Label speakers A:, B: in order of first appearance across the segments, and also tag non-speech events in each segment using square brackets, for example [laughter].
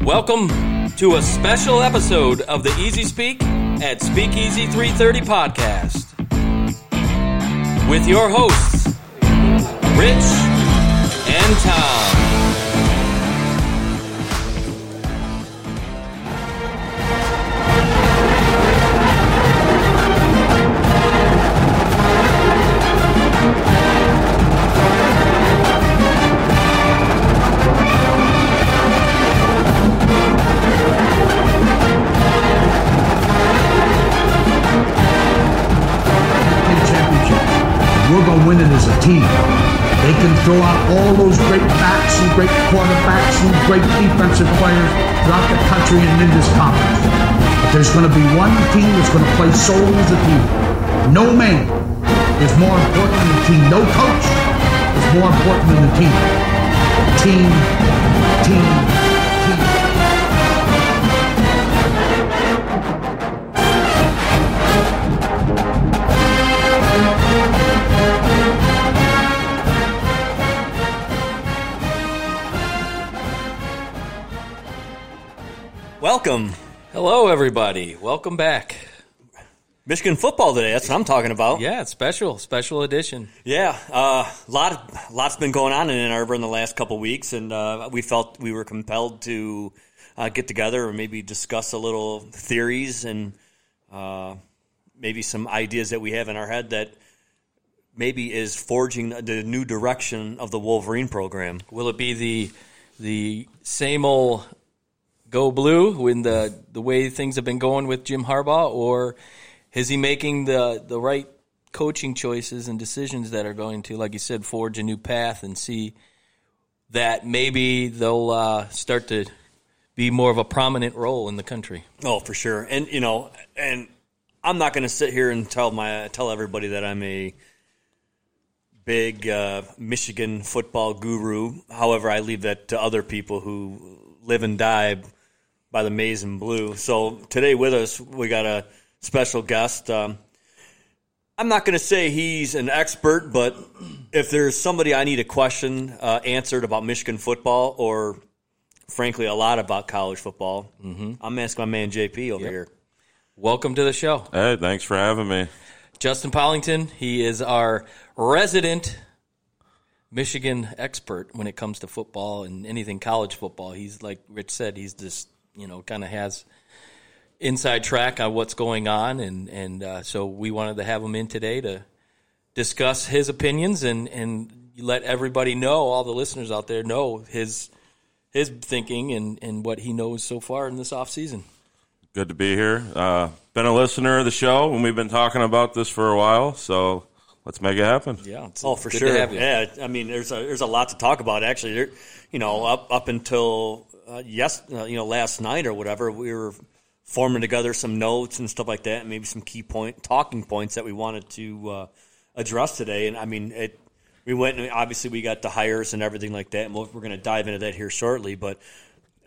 A: Welcome to a special episode of the Easy Speak at Speakeasy 330 podcast with your hosts, Rich and Tom.
B: the championship. We're going to win it as a team. They can throw out all those great backs and great quarterbacks and great defensive players throughout the country and in this conference. But there's going to be one team that's going to play solely as a team. No man is more important than the team. No coach is more important than the team. Team, team, team.
A: Welcome. Hello, everybody. Welcome back.
C: Michigan football today. That's what I'm talking about. Yeah,
A: Yeah, it's special, special edition.
C: a lot, lot's been going on in Ann Arbor in the last couple weeks, and uh, we felt we were compelled to uh, get together and maybe discuss a little theories and uh, maybe some ideas that we have in our head that maybe is forging the new direction of the Wolverine program.
A: Will it be the the same old go blue when the the way things have been going with Jim Harbaugh, or is he making the the right coaching choices and decisions that are going to, like you said, forge a new path and see that maybe they'll uh, start to be more of a prominent role in the country.
C: Oh, for sure. And you know, and I'm not going to sit here and tell my tell everybody that I'm a big uh, Michigan football guru. However, I leave that to other people who live and die by the maize and blue. So today with us, we got a special guest. Um, I'm not going to say he's an expert, but if there's somebody I need a question uh, answered about Michigan football, or frankly, a lot about college football,
A: Mm-hmm.
C: I'm asking my man JP over here.
A: Welcome to the show,
D: Hey, thanks for having me.
A: Justin Pollington. He is our resident Michigan expert when it comes to football and anything college football. He's like Rich said, he's just you know kind of has inside track on what's going on, and and uh, so we wanted to have him in today to discuss his opinions and and let everybody know, all the listeners out there know his his thinking and and what he knows so far in this off season.
D: Good to be here. Uh, been a listener of the show, and we've been talking about this for a while, so let's make it happen.
A: Yeah, it's
C: Oh, for
A: good to
C: sure.
A: have you.
C: Yeah, I mean, there's a there's a lot to talk about actually. There, you know, up up until uh, yes, uh, you know, last night or whatever, we were forming together some notes and stuff like that, and maybe some key point talking points that we wanted to uh, address today. And I mean, it we went and obviously we got the hires and everything like that, and we'll, we're going to dive into that here shortly. But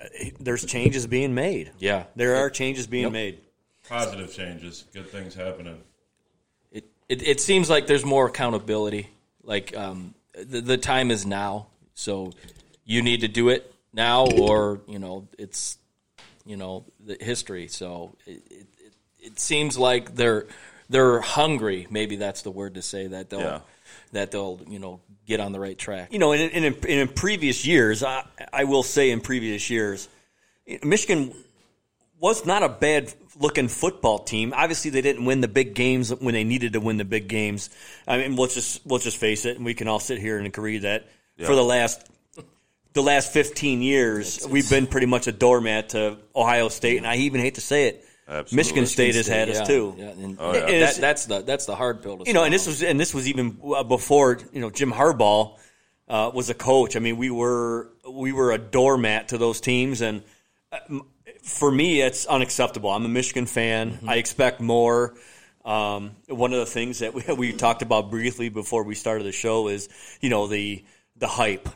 C: uh, there's changes being made.
A: Yeah.
C: there are changes being made.
D: Positive changes, good things happening.
A: it, it, it seems like there's more accountability. Like um, the, the time is now, so you need to do it now, or you know it's you know the history. So it it, it, it seems like they're they're hungry. Maybe that's the word to say that they'll
D: Yeah.
A: that they'll you know get on the right track.
C: you know, in in, in, in previous years, I, I will say in previous years, Michigan was not a bad looking football team. Obviously, they didn't win the big games when they needed to win the big games. I mean, let's just let's just face it, and we can all sit here and agree that for the last the last fifteen years, we've been pretty much a doormat to Ohio State, and I even hate to say it,
D: Absolutely.
C: Michigan State has had
A: yeah,
C: us too.
A: Yeah, and
D: yeah.
A: that-
C: It is-
A: that's the that's the hard pill. To
C: You know,
A: swallow.
C: and this was and this was even uh, before you know Jim Harbaugh uh, was a coach. I mean, we were we were a doormat to those teams, and uh, m- for me, it's unacceptable. I'm a Michigan fan.
D: Mm-hmm.
C: I expect more. Um, one of the things that we, [laughs] we talked about briefly before we started the show is you know the the hype.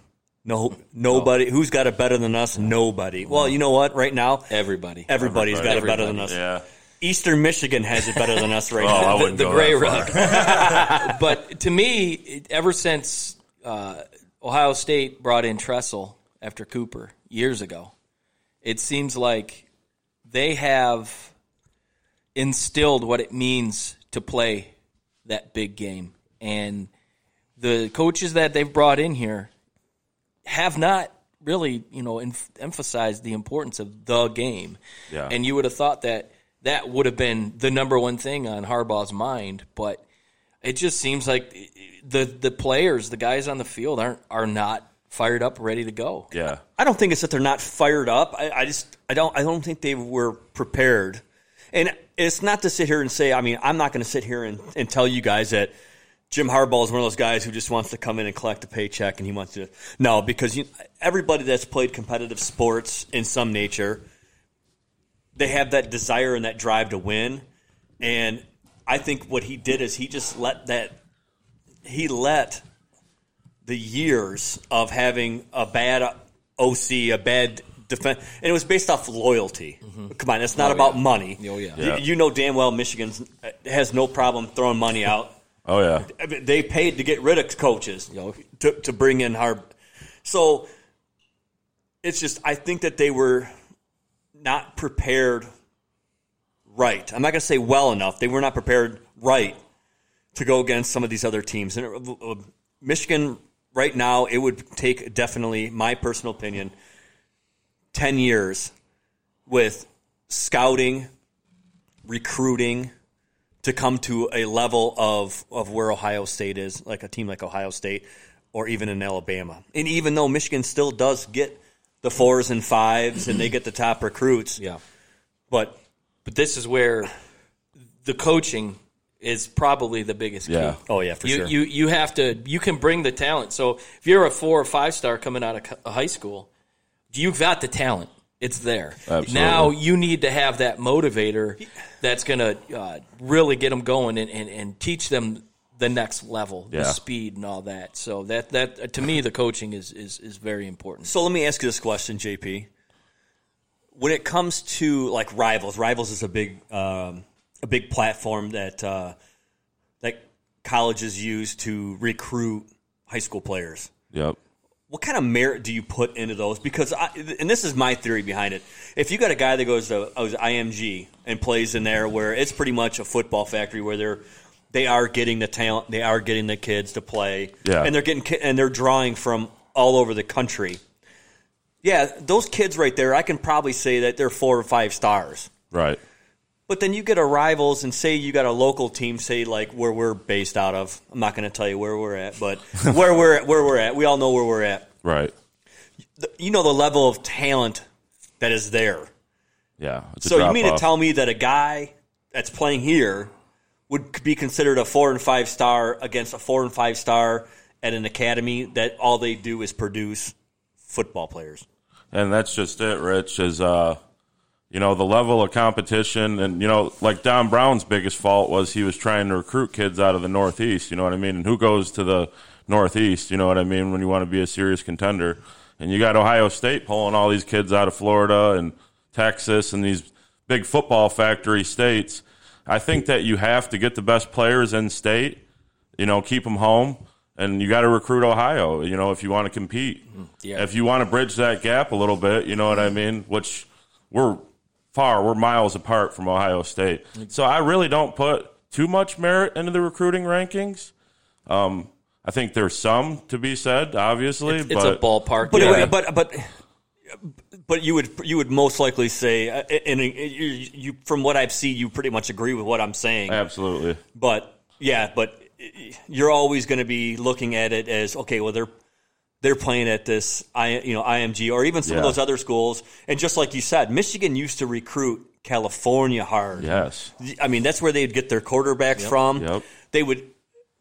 C: No, nobody.
D: Oh.
C: Who's got it better than us? Nobody. Well, you know what? Right now,
A: everybody.
C: everybody's got it better than us.
D: Yeah.
C: Eastern Michigan has it better than
D: [laughs]
C: us right
D: Oh, I
C: now.
D: wouldn't
A: the
D: go
A: gray
D: that far.
A: rug.
D: [laughs]
A: but to me, it- ever since uh, Ohio State brought in Tressel after Cooper years ago, it seems like they have instilled what it means to play that big game. And the coaches that they've brought in here have not really, you know, enf- emphasized the importance of the game.
D: Yeah.
A: And you would have thought that that would have been the number one thing on Harbaugh's mind, but it just seems like the the players, the guys on the field aren't are not fired up, ready to go.
D: Yeah.
C: I don't think it's that they're not fired up. I, I just I don't I don't think they were prepared. And it's not to sit here and say, I mean, I'm not gonna sit here and, and tell you guys that Jim Harbaugh is one of those guys who just wants to come in and collect a paycheck and he wants to No, because you, everybody that's played competitive sports in some nature, they have that desire and that drive to win. And I think what he did is he just let that he let the years of having a bad OC, a bad defense, and it was based off loyalty. Come on, it's not about money.
A: Mm-hmm. Oh, yeah.
D: Yeah.
C: You, you know damn well Michigan has no problem throwing money out.
D: Oh yeah.
C: I mean, they paid to get rid of coaches
A: Yo.
C: to, to bring in Harb. So it's just I think that they were not prepared right. I'm not going to say well enough. They were not prepared right to go against some of these other teams. And it, uh, Michigan right now, it would take definitely my personal opinion ten years with scouting, recruiting to come to a level of of where Ohio State is, like a team like Ohio State or even in Alabama. And even though Michigan still does get the fours and fives and they get the top recruits,
A: Yeah.
C: but
A: But this is where the coaching is probably the biggest key.
D: Yeah.
C: Oh, yeah, for
A: you,
C: sure.
A: You you have to you can bring the talent. So if you're a four or five star coming out of co- high school, you've got the talent. It's there.
D: Absolutely.
A: Now you need to have that motivator that's going to uh, really get them going and, and, and teach them the next level, the
D: Yeah.
A: speed and all that. So that that uh, to me the coaching is is, is very important.
C: So let me ask you this question, JP. When it comes to like rivals, rivals is a big um, a big platform that uh, that colleges use to recruit high school players.
D: Yep.
C: What kind of merit do you put into those? Because I, and this is my theory behind it. If you got a guy that goes to oh, IMG and plays in there, where it's pretty much a football factory, where they're they are getting the talent, they are getting the kids to play,
D: Yeah.
C: and they're getting ki- and they're drawing from all over the country. Yeah, those kids right there, I can probably say that they're four or five stars.
D: Right.
C: But then you get a rivals, and say you got a local team, say like where we're based out of. I'm not going to tell you where we're at, but where we're at, where we're at, we all know where we're at.
D: Right.
C: The- You know the level of talent that is there.
D: Yeah. It's a
C: So you mean
D: drop-off.
C: to tell me that a guy that's playing here would be considered a four and five star against a four and five star at an academy that all they do is produce football players?
D: and that's just it, Rich, is uh you know, the level of competition and you know, like Don Brown's biggest fault was he was trying to recruit kids out of the northeast, you know what I mean? And who goes to the northeast, you know what I mean, when you want to be a serious contender. And you got Ohio State pulling all these kids out of Florida and Texas and these big football factory states. I think that you have to get the best players in state, you know, keep them home, and you got to recruit Ohio, you know, if you want to compete.
A: Mm, Yeah.
D: If you want to bridge that gap a little bit, you know what I mean? Which we're far, we're miles apart from Ohio State.
A: Mm.
D: So I really don't put too much merit into the recruiting rankings. Um, I think there's some to be said, obviously,
A: It's,
D: but
A: it's a ballpark.
C: But
A: game.
C: it, but but but you would you would most likely say, uh, and uh, you, you from what I've seen, you pretty much agree with what I'm saying.
D: absolutely.
C: But yeah, but you're always going to be looking at it as okay, well they're they're playing at this I you know IMG or even some of
D: Yeah.
C: those other schools, and just like you said, Michigan used to recruit California hard.
D: Yes.
C: I mean that's where they'd get their quarterbacks from.
D: Yep.
C: They would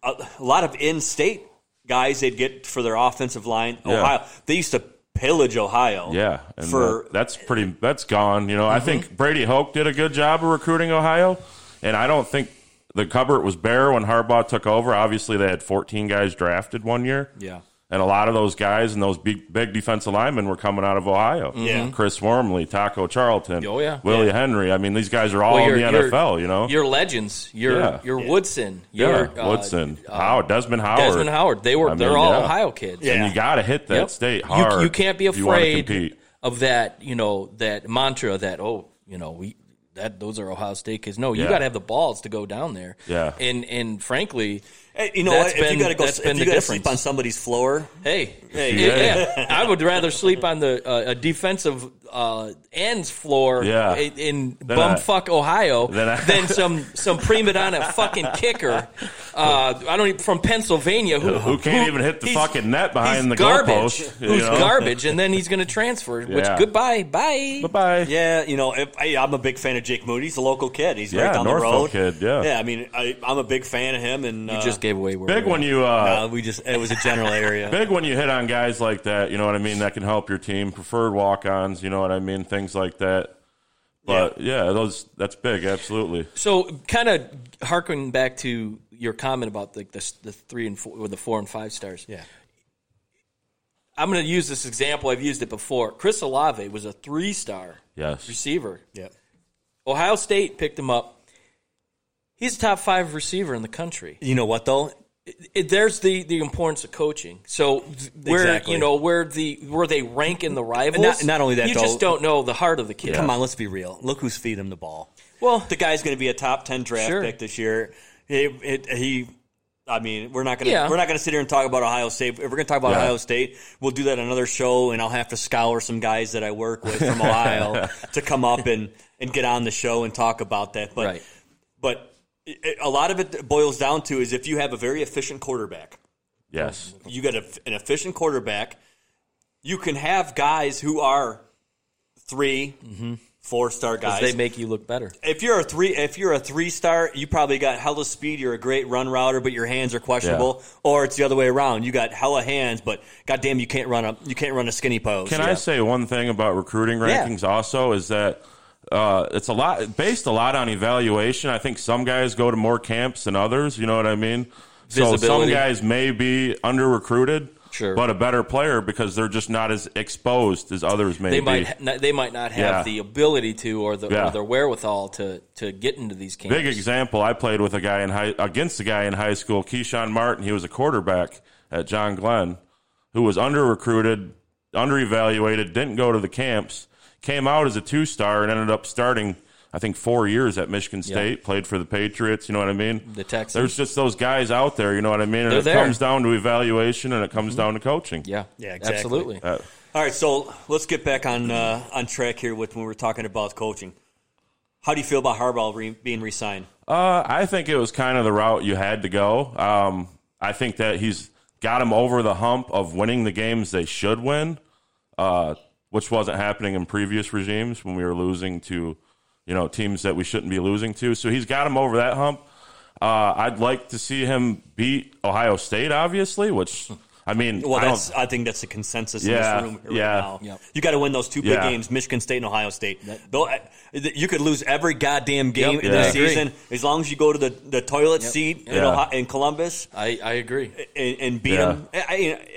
C: a, a lot of in-state guys they'd get for their offensive line.
D: Yeah.
C: Ohio, they used to pillage Ohio.
D: Yeah, and uh,
C: for
D: that- that's pretty. That's gone. You know,
A: Mm-hmm.
D: I think Brady Hoke did a good job of recruiting Ohio, and I don't think the cupboard was bare when Harbaugh took over. Obviously, they had 14 guys drafted one year.
A: yeah.
D: And a lot of those guys and those big, big defensive linemen were coming out of Ohio.
C: Yeah.
D: Chris Wormley, Taco Charlton,
A: Mm-hmm. Oh, yeah.
D: Willie Henry. I mean, these guys are all
A: Well,
D: in
A: you're-
D: the
A: you're-
D: NFL, you know?
A: Your legends, your
D: Yeah.
A: your Woodson,
D: yeah.
A: your uh,
D: Woodson, Howard, Desmond Howard.
A: Desmond Howard. They were
D: I
A: they're
D: mean,
A: all
D: yeah.
A: Ohio kids.
C: Yeah.
D: And you got to hit that
A: Yep.
D: state
A: You-
D: hard.
A: You, can't be
D: if you wanna
A: afraid
D: compete.
A: of that. You know that mantra that oh, you know we that those are Ohio State kids. No, you
D: Yeah.
A: got to have the balls to go down there.
D: Yeah.
A: and and frankly,
C: Hey, eh, you know
A: That's
C: what? if
A: been-
C: you got to go,
A: that's
C: if
A: been
C: you
A: the
C: got to sleep
A: difference.
C: on somebody's floor,
A: hey, hey,
D: Yeah.
A: yeah, I would rather sleep on the uh, a defensive uh, ends floor
D: Yeah.
A: in, in
D: I-
A: bumfuck Ohio
D: Then I-
A: than some some prima donna fucking kicker. Uh, I don't even from Pennsylvania who
D: Who can't even hit the
A: he's-
D: fucking net behind
A: he's
D: the
A: garbage,
D: goalpost, you
A: Who's
D: know?
A: garbage, and then he's going to transfer. Which
D: Yeah.
A: goodbye, bye.
D: Bye-bye.
C: yeah, you know, if, I, I'm a big fan of Jake Moody. He's a local kid. He's
D: Yeah,
C: right down
D: Norfolk
C: the road.
D: kid, yeah.
C: yeah. I mean, I, I'm a big fan of him. And
A: You
C: uh,
A: just gave away where
D: Big
A: we
D: when you uh,
C: uh, we just it was a general area.
D: [laughs] big when you hit on guys like that. You know what I mean? That can help your team. Preferred walk-ons. You know what I mean? Things like that. But yeah, those that's big. Absolutely.
A: So, kind of harking back to your comment about like the, the three and four, or the four and five stars.
C: yeah.
A: I'm going to use this example. I've used it before. Chris Olave was a three star
D: Yes.
A: receiver.
C: Yeah.
A: Ohio State picked him up. He's a top five receiver in the country.
C: You know what though?
A: It- it- there's the, the importance of coaching. So th- where
C: Exactly.
A: you know where the where they rank in the rivals.
C: Not- not only that,
A: you
C: though-
A: just don't know the heart of the kid.
C: Come on, let's be real. Look who's feeding him the ball.
A: Well,
C: The guy's going to be a top ten draft
A: Sure.
C: pick this year. He, it, he, I mean, we're not going to
A: Yeah.
C: we're not going to sit here and talk about Ohio State. If we're going to talk about
D: Yeah.
C: Ohio State, we'll do that another show, and I'll have to scour some guys that I work with from Ohio to come up and and get on the show and talk about that. But
A: right.
C: but it, it- a lot of it boils down to is if you have a very efficient quarterback,
D: Yes.
C: you get a, an efficient quarterback, you can have guys who are 3 four star guys
A: Mm-hmm. They make you look better.
C: if you're a three if you're a three star, you probably got hella speed. You're a great run router, but your hands are questionable. Or it's the other way around. You got hella hands, but goddamn, you can't run a you can't run a skinny pose.
D: Can I say one thing about recruiting
C: Yeah.
D: rankings? Also, is that uh, it's a lot based a lot on evaluation. I think some guys go to more camps than others. You know what I mean? So some
A: Visibility.
D: guys may be under recruited,
A: Sure.
D: but a better player because they're just not as exposed as others may
A: they
D: be.
A: might ha- not, they might not have
D: Yeah.
A: the ability to or the
D: Yeah.
A: or the wherewithal to to get into these camps.
D: Big example. I played with a guy in high against a guy in high school, Keyshawn Martin. He was a quarterback at John Glenn, who was under recruited, under evaluated, didn't go to the camps, came out as a two star, and ended up starting. I think four years at Michigan State, played for the Patriots. You know what I mean?
A: The Texans.
D: There's just those guys out there. You know what I mean? And
A: They're
D: it
A: there.
D: comes down to evaluation, and it comes down to coaching.
A: yeah,
C: Yeah, exactly.
A: absolutely.
C: All right, so let's get back on uh, on track here with when we were talking about coaching. How do you feel about Harbaugh re- being re-signed?
D: Uh, I think it was kind of the route you had to go. Um, I think that he's got him over the hump of winning the games they should win, uh, which wasn't happening in previous regimes when we were losing to, you know, teams that we shouldn't be losing to. So he's got him over that hump. Uh, I'd like to see him beat Ohio State, obviously, which I mean,
C: Well,
D: I don't-
C: that's I, think that's the consensus in
D: Yeah,
C: this room right
D: yeah.
C: now.
A: Yep.
C: You got to win those two big
D: Yeah.
C: games, Michigan State and Ohio State. Though I- th- you could lose every goddamn game
A: Yep,
C: in
A: I
C: the
A: agree.
C: season as long as you go to the, the toilet seat in,
D: Yeah.
C: Ohio, in Columbus
A: I, I agree.
C: and, and beat
D: Yeah.
C: them.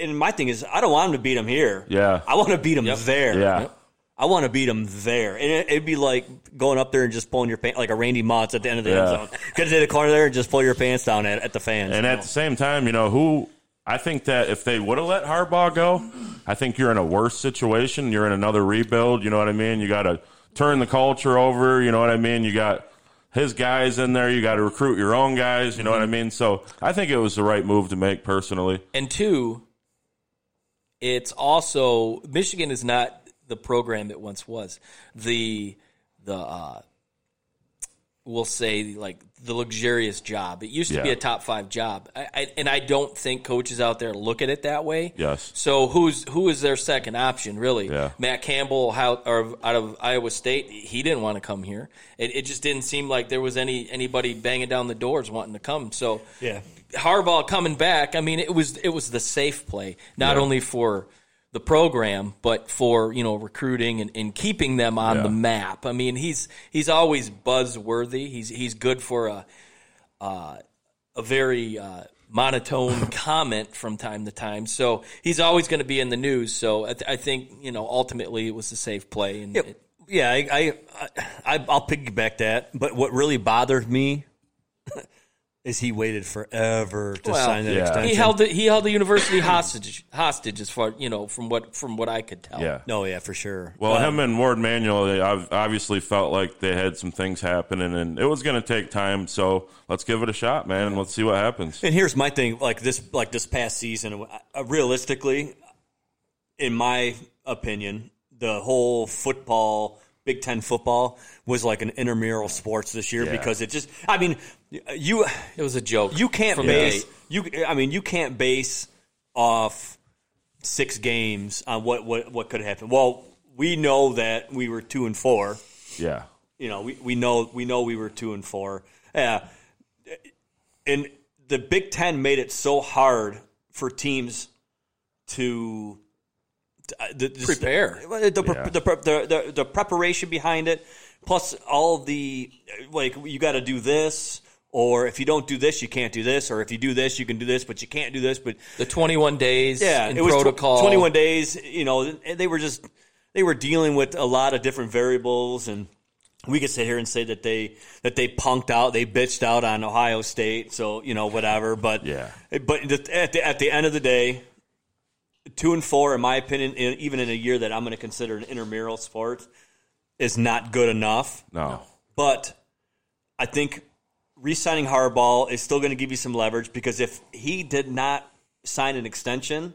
C: and my thing is, I don't want him to beat them here.
D: Yeah.
C: I want to beat them
A: Yep.
C: there.
D: yeah.
C: I want to beat them there. And it, it'd be like going up there and just pulling your pants, like a Randy Mott's at the end of the
D: Yeah.
C: end zone. Get to the corner there and just pull your pants down at, at the fans.
D: And at the same time, you know, who I think that if they would have let Harbaugh go, I think you're in a worse situation. You're in another rebuild. You know what I mean? You got to turn the culture over. You know what I mean? You got his guys in there. You got to recruit your own guys. You know what I mean? So I think it was the right move to make personally.
A: And two, it's also Michigan is not the program it once was. The the uh, we'll say like the luxurious job. It used to be
D: Yeah.
A: a top five job, I, I, and I don't think coaches out there look at it that way.
D: Yes.
A: So who's who is their second option really?
D: Yeah.
A: Matt Campbell how, or out of Iowa State, he didn't want to come here. It, it just didn't seem like there was any anybody banging down the doors wanting to come. So
C: Yeah.
A: Harbaugh coming back. I mean, it was it was the safe play, not only for the program, but for you know recruiting and, and keeping them on
D: Yeah.
A: the map. I mean, he's he's always buzzworthy. He's he's good for a uh, a very uh,
D: [laughs]
A: monotone comment from time to time. So he's always going to be in the news. So I, th- I think you know ultimately it was a safe play. And it,
C: Yeah, I, I, I, I'll piggyback that. But what really bothered me [laughs] is he waited forever to
A: Well,
C: sign that
D: Yeah.
C: extension.
A: he held the, he held the university hostage hostage as far you know from what from what I could tell.
D: Yeah.
C: no, yeah, for sure.
D: Well, him and Ward Manuel, they ob- obviously felt like they had some things happening, and it was going to take time. So let's give it a shot, man, and let's see what happens.
C: And here's my thing: like this, like this past season, uh, realistically, in my opinion, the whole football, Big Ten football, was like an intramural sports this year
D: Yeah.
C: because it just, I mean, you
A: It was a joke.
C: you can't
A: from the
C: base
A: gate.
C: you. I mean, you can't base off six games on what what what could happen. Well, we know that we were two and four
D: [laughs] Yeah.
C: you know, we, we know we know we were two and four. Yeah. And the Big Ten made it so hard for teams to, to- uh, the, the-
A: Prepare.
C: well, The, pre-
D: Yeah.
C: the, pre- the, the, the preparation behind it, plus all the like you got to do this. Or if you don't do this, you can't do this. Or if you do this, you can do this, but you can't do this. But
A: the twenty one days.
C: yeah,
A: in
C: it was tw-
A: protocol.
C: 21 days. You know, and they were just they were dealing with a lot of different variables, and we could sit here and say that they that they punked out, they bitched out on Ohio State. So you know, whatever. But
D: Yeah.
C: but the- at the at the end of the day. Two and four, in my opinion, in, even in a year that I'm going to consider an intramural sport, is not good enough.
D: No.
C: But I think re-signing Harbaugh is still going to give you some leverage because if he did not sign an extension,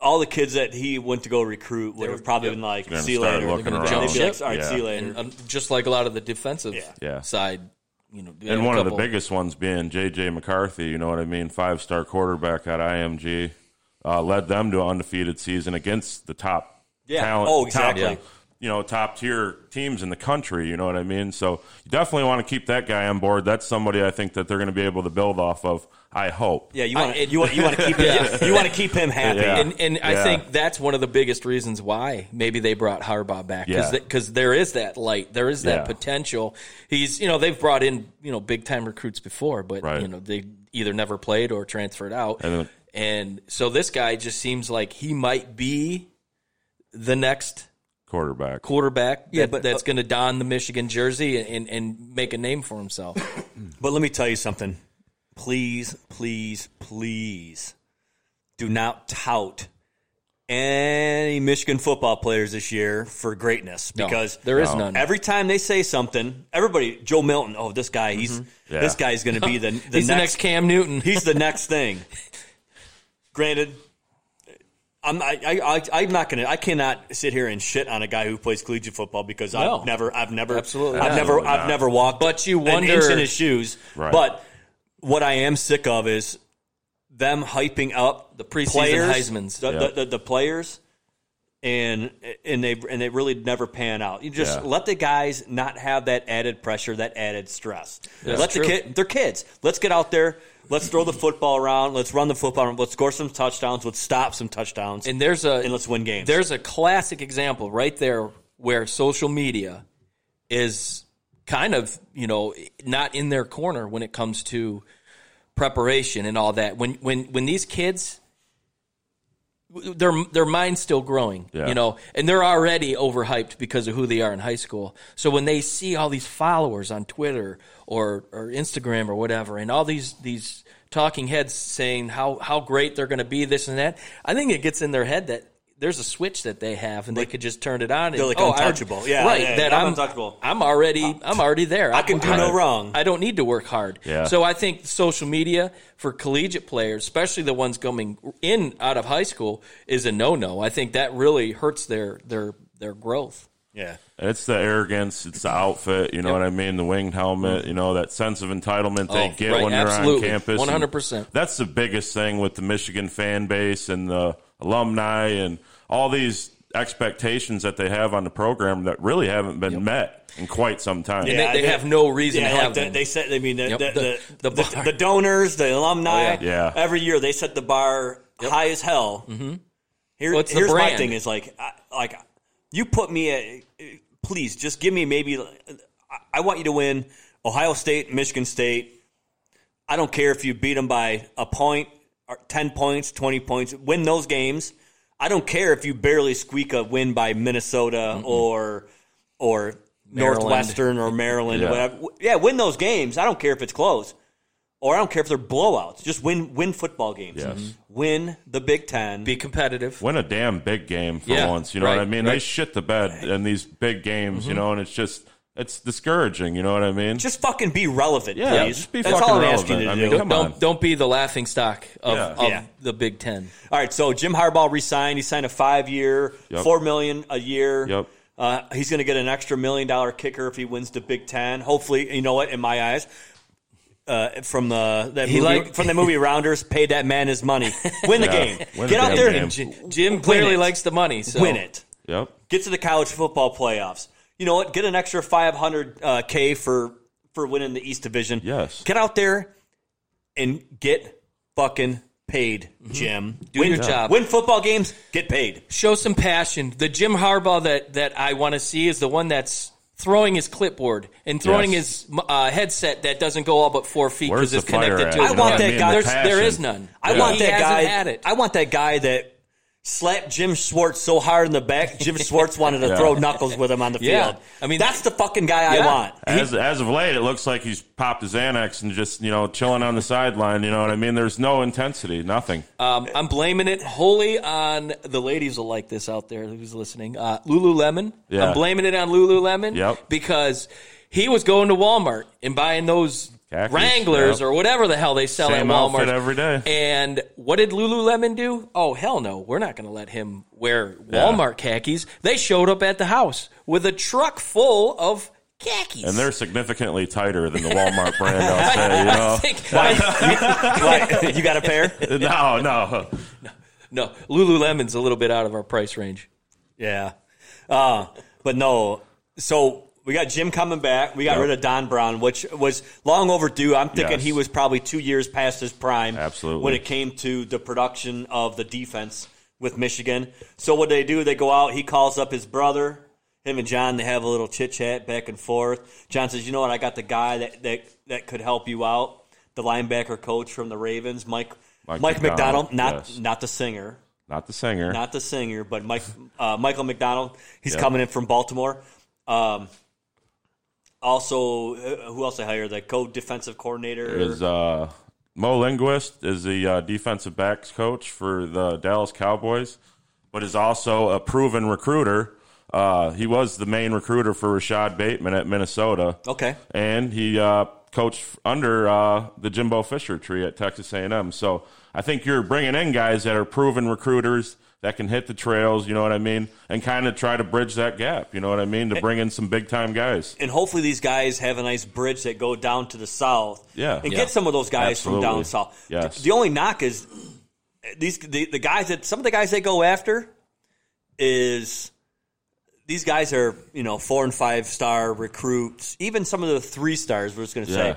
C: all the kids that he went to go recruit would have probably
A: yeah.
C: been like,
D: Gonna
C: "See you
D: start
C: later."
D: looking
C: They'd be
A: around.
C: like, all right,
D: Yeah.
C: see you later.
A: and um, just like a lot of the defensive
C: Yeah.
D: Yeah.
A: side, you know, they had a
D: And one of the
A: couple-
D: biggest ones being J.J. McCarthy, you know what I mean? Five star quarterback at IMG. Uh, led them to an undefeated season against the top
C: Yeah.
D: talent.
C: Oh,
D: top,
C: exactly. Yeah.
D: you know, top tier teams in the country, you know what I mean? So you definitely want to keep that guy on board. That's somebody I think that they're going to be able to build off of, I hope.
C: yeah, you
A: I-
C: want to
A: it-
C: you want you want to
D: [laughs]
C: keep
A: Yeah.
C: you want to keep him happy.
D: Yeah.
A: And, and I
D: Yeah.
A: think that's one of the biggest reasons why maybe they brought Harbaugh back
D: Yeah.
A: because there is that light, there is that
D: Yeah.
A: potential. He's you know they've brought in you know big time recruits before, but
D: Right.
A: you know they either never played or transferred out,
D: And then-
A: and so this guy just seems like he might be the next
D: Quarterback.
A: quarterback
C: Yeah,
A: that-
C: but- uh,
A: that's going to don the Michigan jersey and, and make a name for himself.
C: But let me tell you something. Please, please, please do not tout any Michigan football players this year for greatness
A: No,
C: because
A: there is none.
C: Every time they say something, everybody, Joe Milton, oh, this guy, he's
D: Yeah.
C: this guy's going to [laughs]
A: [laughs]
C: be the, the,
A: Mm-hmm. He's
C: next,
A: the next Cam Newton. [laughs]
C: he's the next thing. Granted, I'm I, I, I I'm not gonna I cannot sit here and shit on a guy who plays collegiate football because
A: No.
C: I've never I've never
A: Absolutely
C: I've
A: not.
C: never
D: Absolutely
C: I've
D: not.
C: never walked
A: But you
C: an inch
A: wonder-
C: in his shoes.
D: Right.
C: But what I am sick of is them hyping up the
A: preseason
C: players,
A: Heismans.
C: the,
D: Yeah.
C: the, the, the players, and and they and they really never pan out. You just
D: Yeah.
C: let the guys not have that added pressure, that added stress. let the
A: true.
C: kid, they're kids. Let's get out there. Let's throw the football around. Let's run the football. Around. Let's score some touchdowns. Let's stop some touchdowns.
A: and there's a
C: And let's win games.
A: There's a classic example right there where social media is kind of you know not in their corner when it comes to preparation and all that. When when when these kids their their mind's still growing,
D: Yeah.
A: you know, and they're already overhyped because of who they are in high school. So when they see all these followers on Twitter or or Instagram or whatever, and all these these talking heads saying how how great they're going to be, this and that, I think it gets in their head that there's a switch that they have, and they could just turn it on. And,
C: They're like
A: oh, I-
C: untouchable. Yeah,
A: right.
C: yeah,
A: that
C: I'm
A: I'm
C: untouchable. Uh,
A: I'm already I'm already there.
C: I can do no wrong.
A: I don't need to work hard.
D: Yeah.
A: So I think social media for collegiate players, especially the ones coming in out of high school, is a no no. I think that really hurts their their their growth.
C: yeah.
D: It's the arrogance. It's the outfit. You know what I mean? The winged helmet. You know that sense of entitlement they
A: Oh,
D: get
A: right,
D: when they're
A: absolutely.
D: on campus. and
A: 100%.
D: That's the biggest thing with the Michigan fan base and the alumni and all these expectations that they have on the program that really haven't been met in quite some time.
A: they-
C: Yeah,
A: they have no reason
C: yeah,
A: to
C: like
A: have
C: the-
A: them.
C: They set. I mean, the,
A: Yep.
C: the,
A: The-
C: the,
A: the
C: the,
A: bar.
C: the donors, the alumni.
A: Oh,
D: yeah. Yeah.
C: Every year they set the bar high as hell. Mm-hmm. Here,
A: Well, it's the
C: here's my
A: brand.
C: thing: is like, I, like you put me at. Please, just give me maybe. I- I want you to win Ohio State, Michigan State, I don't care if you beat them by a point, or 10 points, 20 points, win those games. I don't care if you barely squeak a win by Minnesota or or
A: Maryland.
C: Northwestern or Maryland,
D: Yeah.
C: whatever. Yeah, win those games. I don't care if it's close. Or I don't care if they're blowouts. Just win win football games. Mm-hmm.
D: Yes. Mhm.
C: Win the Big 10.
A: Be competitive.
D: Win a damn big game for
A: Yeah,
D: once. You know
A: right,
D: what I mean? They
A: right. Mm-hmm.
D: shit the bed in these big games, you know, and it's just, it's discouraging. You know what I mean?
C: just fucking be relevant,
D: Yeah,
C: please.
D: just be
C: That's
D: fucking
C: all I'm
D: relevant.
C: asking you to
D: I
C: do.
D: mean, come on.
A: Don't don't be the laughing stock of,
D: Yeah.
A: of
C: Yeah.
A: the Big Ten.
C: All right, so Jim Harbaugh resigned. He signed a five-year,
D: Yep.
C: four million a year.
D: Yep.
C: Uh, he's going to get an extra million-dollar kicker if he wins the Big Ten. Hopefully, you know what? In my eyes, uh, from the that
A: He
C: movie,
A: like-
C: from
A: [laughs]
C: the movie Rounders, pay that man his money. Win the
D: Yeah,
C: game.
D: win
C: get
D: the
C: out
D: damn
C: there
D: game.
C: and
A: Jim,
C: j-
A: Jim clearly
C: it.
A: likes the money, so
C: win it.
D: Yep.
C: Get to the college football playoffs. You know what? Get an extra five hundred uh, k for for winning the East Division.
D: Yes.
C: Get out there and get fucking paid, Jim.
A: Mm-hmm. Do your job.
C: Win football games. Get paid.
A: Show some passion. The Jim Harbaugh that that I want to see is the one that's throwing his clipboard and throwing
D: Yes.
A: his uh, headset that doesesn't go all but four feet
D: Where's
A: because it's
D: the fire
A: connected
D: at?
A: to. his
C: I want
A: hand.
C: that guy-
A: There's, there
D: Passion.
A: is none.
C: I want
A: He
C: that
A: hasn't
C: guy.
A: Had it.
C: I want that guy that slapped Jim Schwartz so hard in the back. Jim Schwartz wanted to throw knuckles with him on the
A: Yeah.
C: field.
A: I mean-
C: that's the fucking guy I
A: Yeah. [laughs]
C: want.
D: As, as of late, it looks like he's popped his Xanax and just, you know, chilling on the sideline. You know what I mean? There's no intensity, nothing.
A: Um, I'm blaming it wholly on the ladies will like this out there who's listening. Uh, Lululemon.
D: Yeah.
A: I'm blaming it on Lululemon
D: Yep.
A: because he was going to Walmart and buying those
D: Khakis,
A: Wranglers
D: yep.
A: or whatever the hell they sell
D: Same
A: at Walmart
D: outfit every day.
A: And what did Lululemon do? Oh hell no, we're not going to let him wear Walmart khakis. They showed up at the house with a truck full of khakis.
D: And they're significantly tighter than the Walmart brand, I'll say. You
A: [laughs] I
D: [laughs] know?
A: think-
C: Like, you got a pair?
D: No, no.
A: no, Lululemon's a little bit out of our price range.
C: Yeah. Uh, but no. So we got Jim coming back. We got
D: Yep.
C: rid of Don Brown, which was long overdue. I'm thinking
D: Yes.
C: he was probably two years past his prime.
D: Absolutely.
C: When it came to the production of the defense with Michigan. So what they do, they go out, he calls up his brother. Him and John, they have a little chit chat back and forth. John says, You know what? I got the guy that, that, that could help you out, the linebacker coach from the Ravens, Mike Mike,
D: Mike
C: McDonald,
D: McDonald,
C: not
D: yes.
C: not the singer,
D: Not the singer.
C: not the singer, but Mike uh, Michael McDonald. He's
D: Yeah.
C: coming in from Baltimore. Um, also, uh, who else I hire? The co-defensive coordinator.
D: is uh, Mo Linguist is the uh, defensive backs coach for the Dallas Cowboys, but is also a proven recruiter. Uh, he was the main recruiter for Rashad Bateman at Minnesota,
C: okay,
D: and he uh, coached under uh, the Jimbo Fisher tree at Texas A&M. So I think you're bringing in guys that are proven recruiters that can hit the trails. You know what I mean, and kind of try to bridge that gap. You know what I mean to bring in some big time guys.
C: and hopefully these guys have a nice bridge that go down to the south.
D: Yeah.
C: and
D: Yeah.
C: get some of those guys from down
D: Absolutely.
C: south.
D: Yes.
C: The, the only knock is uh, these the, the guys that some of the guys they go after is. These guys are, you know, four and five star recruits. Even some of the three stars, we're just going to
D: Yeah,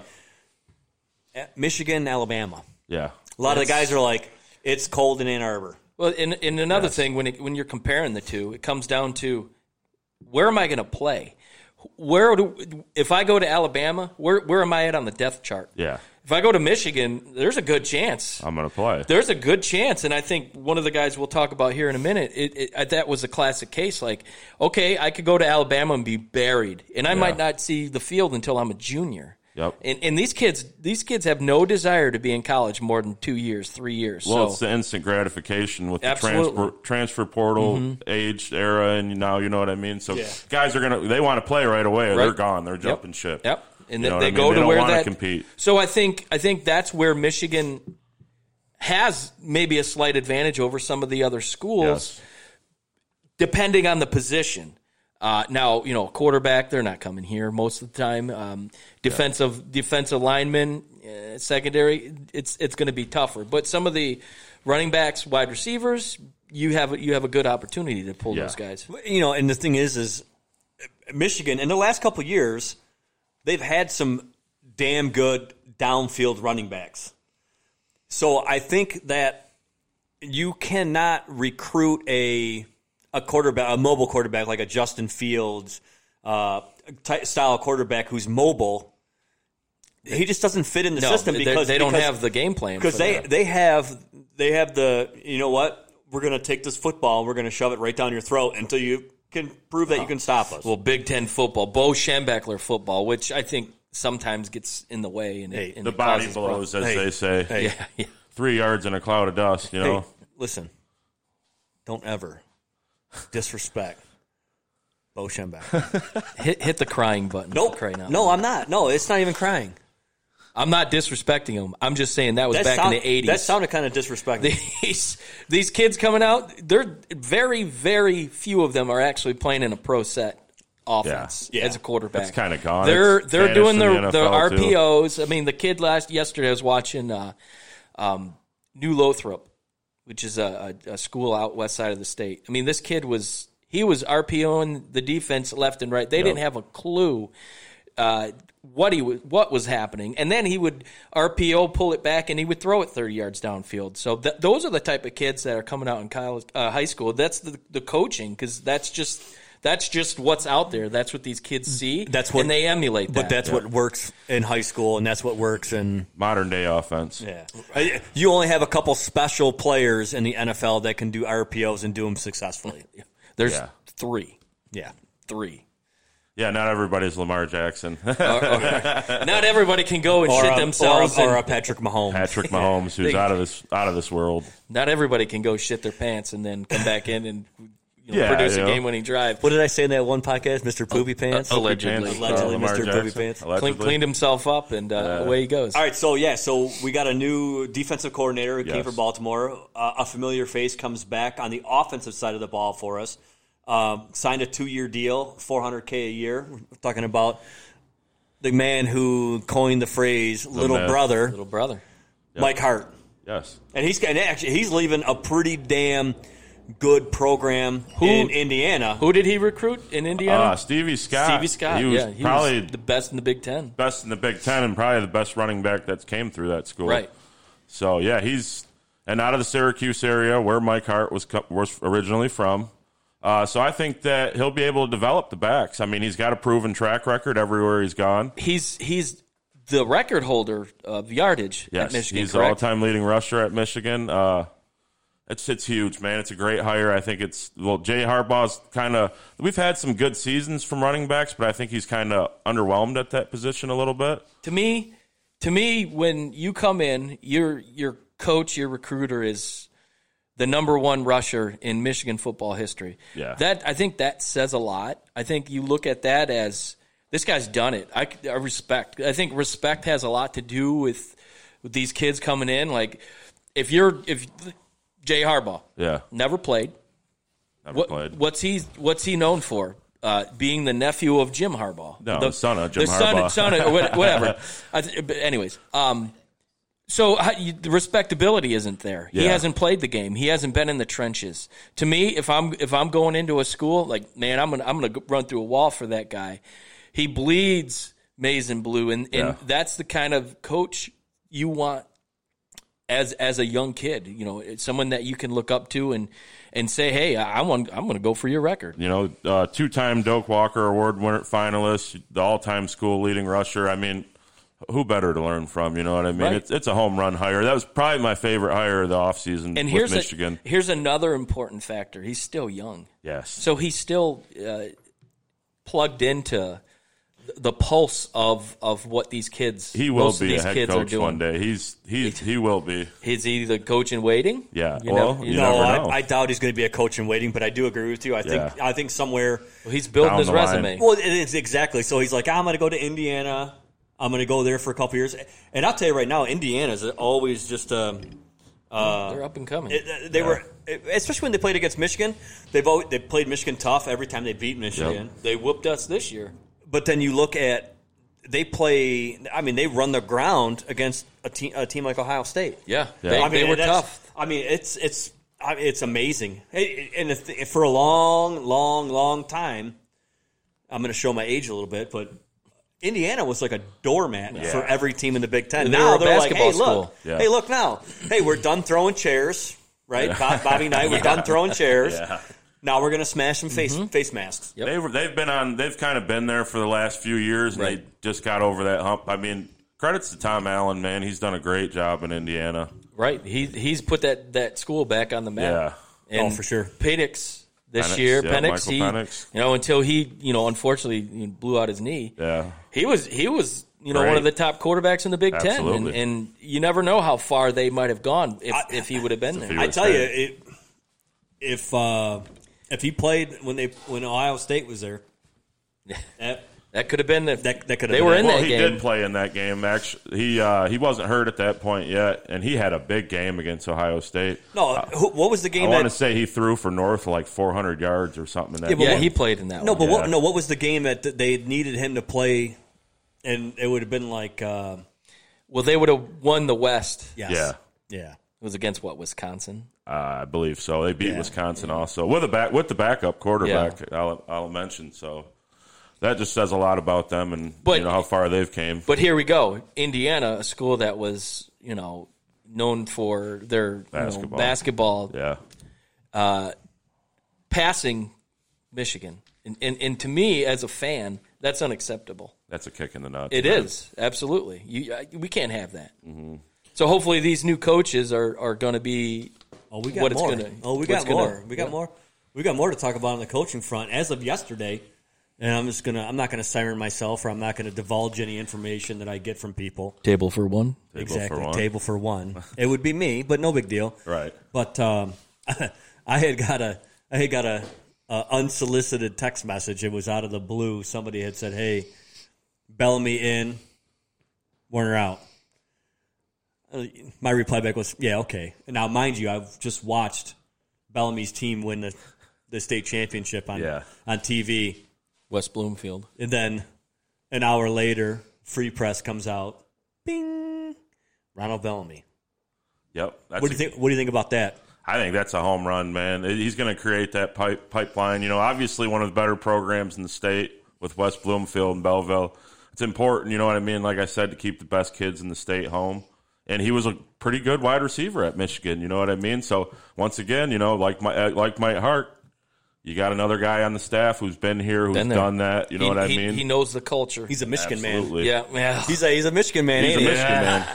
C: say, Michigan, Alabama.
D: yeah,
C: A lot of the guys are like, it's cold in Ann Arbor.
A: Well, and, and another thing when it, when you're comparing the two, it comes down to where am I going to play? Where do, if I go to Alabama, where where am I at on the depth chart?
D: yeah. Um,
A: If I go to Michigan, there's a good chance.
D: I'm gonna play.
A: There's a good chance, and I think one of the guys we'll talk about here in a minute. It, it, uh, that was a classic case. Like, okay, I could go to Alabama and be buried, and I might not see the field until I'm a junior.
D: Yep.
A: And, and these kids, these kids have no desire to be in college more than two years, three years.
D: Well,
A: so
D: it's the instant gratification with the
A: Absolutely. Mm-hmm.
D: transfer, transfer portal age era, and now you know what I mean. So guys are gonna they want to play right away. or They're
A: Right.
D: gone. They're jumping ship.
A: Yep. And
D: You
A: they,
D: know what
A: they
D: I mean?
A: go to
D: don't
A: where
D: wanna
A: that
D: compete.
A: So I think I think that's where Michigan has maybe a slight advantage over some of the other schools,
D: Yes.
A: depending on the position. Uh, now you know quarterback, they're not coming here most of the time. Um, defensive defensive linemen, uh, secondary, it's it's going to be tougher. But some of the running backs, wide receivers, you have you have a good opportunity to pull
D: Yeah.
A: those guys.
C: You know, and the thing is, is uh, Michigan in the last couple of years, they've had some damn good downfield running backs. So I think that you cannot recruit a a quarterback, a mobile quarterback like a Justin Fields uh, ty- style quarterback who's mobile he just doesn't fit in the
A: No,
C: system
A: they-
C: because
A: they don't
C: because-
A: have the game plan
C: because
A: for
C: they
A: that.
C: they have they have the you know what we're going to take this football and we're going to shove it right down your throat until you can prove that you can stop us.
A: Well, Big Ten football, Bo Schembechler football, which I think sometimes gets in the way and,
C: Hey,
A: it, and
D: The
A: it
D: body
A: causes problems. [laughs]
D: blows, as
C: Hey,
D: they say.
C: hey,
A: Yeah, yeah.
D: Three yards in a cloud of dust,
A: [laughs]
D: you know.
C: Hey, listen, don't ever disrespect Bo Schembechler.
A: Hit, hit the crying button.
C: nope,
A: for crying out
C: no,
A: loud.
C: I'm not. No, it's not even crying.
A: I'm not disrespecting him. I'm just saying that was
C: That
A: back
C: sound-
A: in the 80s.
C: That sounded kind of disrespectful.
A: these [laughs] these kids coming out, they're very very few of them are actually playing in a pro set offense
C: Yeah. Yeah.
A: as a quarterback.
D: That's kinda gone.
A: They're
D: It's
A: they're
D: vanished
A: doing
D: in
A: their
D: the
A: the
D: NFL too.
A: RPOs. I mean, the kid last yesterday I was watching uh, um, New Lothrop, which is a, a, a school out west side of the state. I mean, this kid was he was RPOing the defense left and right. They didn't have a clue uh, what he was, what was happening, and then he would RPO, pull it back, and he would throw it thirty yards downfield. So th- those are the type of kids that are coming out in college, uh, high school. That's the the coaching because that's just that's just what's out there. That's what these kids see.
C: That's what-
A: and they emulate. That.
C: But that's what works in high school, and that's what works in
D: Modern day offense.
C: yeah. You only have a couple special players in the NFL that can do RPOs and do them successfully.
A: there's
D: Yeah.
A: three,
C: Yeah,
A: three.
D: Yeah, not everybody's Lamar Jackson. [laughs]
A: Or- or- not everybody can go and
C: or
A: shit
C: a,
A: themselves.
C: or a, or
A: and-
C: a Patrick Mahomes.
A: [laughs]
D: Patrick Mahomes, who's
A: They-
D: out of this out of this world.
A: not everybody can go shit their pants and then come back in and you know,
D: Yeah,
A: produce
D: you
A: a
D: know.
A: game winning drive.
C: What did I say in that one podcast, Mister Poopy Pants?
A: Allegedly,
D: Pants,
C: Allegedly,
D: uh, Lamar
C: Mr. Booby Pants. Clean-
A: Clean,
D: Allegedly.
A: cleaned himself up and uh, away he goes.
C: All right, so yeah, so we got a new defensive coordinator who came
D: Yes.
C: from Baltimore. Uh, a familiar face comes back on the offensive side of the ball for us. Um, signed a two-year deal, 400k a year. We're talking about the man who coined the phrase "little
D: myth.
C: brother,"
A: Little brother.
C: Mike Hart,
D: Yes.
C: and he's and actually he's leaving a pretty damn good program in Indiana.
A: Who did he recruit in Indiana?
D: Uh, Stevie Scott.
A: Stevie Scott.
D: He was
A: yeah, he
D: probably
A: was the best in the Big Ten.
D: best in the Big Ten and probably the best running back that's came through that school.
A: Right.
D: So yeah, he's and out of the Syracuse area where Mike Hart was co- was originally from. Uh, so I think that he'll be able to develop the backs. I mean, he's got a proven track record everywhere he's gone.
A: He's he's the record holder of yardage
D: Yes,
A: at Michigan.
D: he's the
A: correct?
D: all-time leading rusher at Michigan. Uh, it's it's huge, man. It's a great hire. I think it's well, Jay Harbaugh's kind of. We've had some good seasons from running backs, but I think he's kind of underwhelmed at that position a little bit.
A: to me, to me, when you come in, your your coach, your recruiter is the number one rusher in Michigan football history.
D: Yeah.
A: that I think that says a lot. I think you look at that as this guy's done it. I, c- I respect. I think respect has a lot to do with with these kids coming in. Like if you're if Jay Harbaugh,
D: Yeah,
A: never played.
D: never
A: What,
D: played.
A: What's he What's he known for? Uh, being the nephew of Jim Harbaugh.
D: No, son of Jim
A: the son-
D: Harbaugh.
A: Son, of, what-
D: [laughs]
A: whatever. I th- but anyways, um, so how, you, the respectability isn't there. He
D: Yeah.
A: hasn't played the game. He hasn't been in the trenches. To me, if I'm if I'm going into a school, like man, I'm gonna I'm gonna go- run through a wall for that guy. He bleeds maize and blue, and, and
D: Yeah.
A: that's the kind of coach you want as as a young kid, you know, it's someone that you can look up to and and say, "Hey, I, I want I'm going to go for your record."
D: You know, uh, two-time Doak Walker Award winner finalist, the all-time school leading rusher. I mean, who better to learn from? You know what I mean?
A: Right.
D: It's it's a home run hire. That was probably my favorite hire of the offseason
A: And
D: with
A: here's
D: Michigan.
A: A, here's another important factor. He's still young.
D: yes.
A: So he's still uh, plugged into the pulse of of what these kids
D: he will
A: most of
D: be a
A: these
D: head
A: kids are
D: coach
A: doing.
D: one day. He's he's he will be.
A: He's either coach and waiting.
D: Yeah.
A: You
D: well,
A: know,
D: you
A: you
C: no,
D: never know.
C: I, I doubt he's going to be a coach in waiting, but I do agree with you. I think
D: Yeah.
C: I think somewhere
A: He's
D: Down
A: building his
D: the line.
A: resume.
C: Well, it is exactly. So he's like, "Ah, I'm going to go to Indiana. I'm going to go there for a couple years. And I'll tell you right now, Indiana's always just. Um,
A: They're up and coming.
C: it- they were, especially when they played against Michigan. They've always, they played Michigan tough every time they beat Michigan.
A: they whooped us this year.
C: But then you look at they play. I mean, they run the ground against a team a team like Ohio State.
A: Yeah.
D: Yeah.
A: They,
D: I
C: I mean,
A: they were
C: that's-
A: tough.
C: I mean, it's it's I mean, it's amazing. It- And if, if for a long, long, long time, I'm going to show my age a little bit, but Indiana was like a doormat for every team in the Big Ten.
A: They
C: now
A: were a
C: they're like, hey,
A: basketball
C: look,
A: school."
D: Yeah.
C: hey, look now, hey, we're done throwing chairs, right? Bob, Bobby and
A: [laughs]
C: I, we're done throwing chairs.
D: Yeah.
C: Now we're going to smash some face face masks.
D: They were, they've been on. They've kind of been there for the last few years, and
A: Right.
D: they just got over that hump. I mean, credits to Tom Allen, man. He's done a great job in Indiana.
A: Right. He he's put that, that school back on the map.
C: Yeah. Oh, for sure.
A: Penix this
D: Penix,
A: year,
D: yeah,
A: Penix,
D: Michael
A: he,
D: Penix.
A: you know, until he, you know, unfortunately he blew out his knee.
D: Yeah.
A: He was he was you know
D: Right.
A: one of the top quarterbacks in the Big
D: Absolutely.
A: Ten, and, and you never know how far they might have gone if,
C: I-
A: if he would have been there.
D: he
C: I
D: was
C: tell you,
D: great.
C: it, if uh, if he played when they when Ohio State was there, that,
A: that could have been if
C: That- that could have
A: they
C: been
A: were
C: it.
A: in
D: well,
A: that
D: he
A: game.
D: did play in that game. Actually, he uh, he wasn't hurt at that point yet, and he had a big game against Ohio State.
C: no, who, what was the
D: I
C: game?
D: want to
C: that,
D: say he threw for north like 400 yards or something. In that
A: yeah,
D: game.
A: he played in that.
C: no,
A: one.
C: but
D: yeah.
C: what no, what was the game that th- they needed him to play, and it would have been like, uh,
A: well, they would have won the West.
C: yes,
D: Yeah.
C: yeah.
A: It was against what Wisconsin.
D: Uh, I believe so. They beat
C: Yeah.
D: Wisconsin also with a back with the backup quarterback. I'll, I'll mention so. That just says a lot about them and
A: But-
D: you know how far they've came.
A: But here we go. Indiana, a school that was you know known for their you know,
D: Basketball.
A: basketball
D: yeah,
A: passing Michigan, and, and and to me as a fan, that's unacceptable.
D: that's a kick in the nuts.
A: It is absolutely. You, I- we can't have that.
D: Mm-hmm.
A: So hopefully these new coaches are, are going to be
C: Oh, we got
A: what it's
C: more.
A: gonna-
C: oh, we
A: what's
C: got
A: gonna-
C: more. we got
A: yeah.
C: more. We got more to talk about on the coaching front as of yesterday. And I'm just gonna. I'm not gonna siren myself, or I'm not gonna divulge any information that I get from people.
A: table for one.
D: Table for
C: exactly.
D: one.
C: Table for one. it would be me, but no big deal.
D: Right.
C: But um, [laughs] I had got a. I had got a, a unsolicited text message. It was out of the blue. Somebody had said, "Hey, Bellamy in, Warner out." Uh, My reply back was, "Yeah, okay." Now, mind you, I've just watched Bellamy's team win the, the state championship on
D: Yeah.
C: on TV.
A: West Bloomfield.
C: And then an hour later, Free Press comes out. Bing. Ronald Bellamy.
D: Yep. That's
C: What do you
D: a-
C: think? What do you think about that?
D: I think that's a home run, man. He's going to create that pipe, pipeline. You know, obviously one of the better programs in the state with West Bloomfield and Belleville. It's important, you know what I mean? Like I said, to keep the best kids in the state home. And he was a pretty good wide receiver at Michigan. You know what I mean? So once again, you know, like my uh, like Mike Hart, you got another guy on the staff who's been here, who's
A: Been there.
D: done that. You know
A: he,
D: what I
A: he-
D: mean?
A: He knows the culture.
C: He's a Michigan man.
D: Absolutely. [laughs]
A: yeah, yeah.
C: He's a he's a Michigan man.
D: He's a
C: ain't he?
D: Michigan
A: [laughs]
D: man,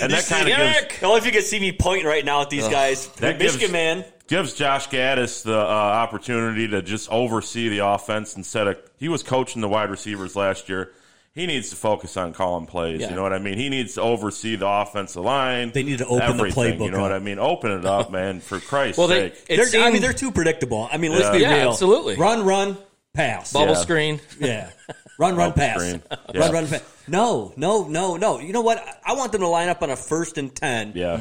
D: and that kind of gives
A: Eric!
C: Oh, if you could see me pointing right now at these guys,
D: That
C: Michigan
D: gives-
C: man.
D: gives Josh Gaddis the uh, opportunity to just oversee the offense instead of he was coaching the wide receivers last year. He needs to focus on calling plays.
A: Yeah.
D: You know what I mean? He needs to oversee the offensive line.
C: They need to open the
D: everything,
C: playbook
D: You know what I
C: up.
D: mean? Open it up, man. For Christ's
A: well, they,
D: sake.
A: it
C: They're, I mean,
A: seemed-
C: they're too predictable. I mean, let's be
A: Yeah,
C: real.
A: absolutely.
C: Run, run, pass.
A: bubble
D: yeah.
A: screen.
C: Yeah. Run, run,
D: Off the
C: pass.
D: screen. Yeah.
C: Run, run, pass. No, no, no, no. You know what? I- I want them to line up on a first and ten.
D: yeah.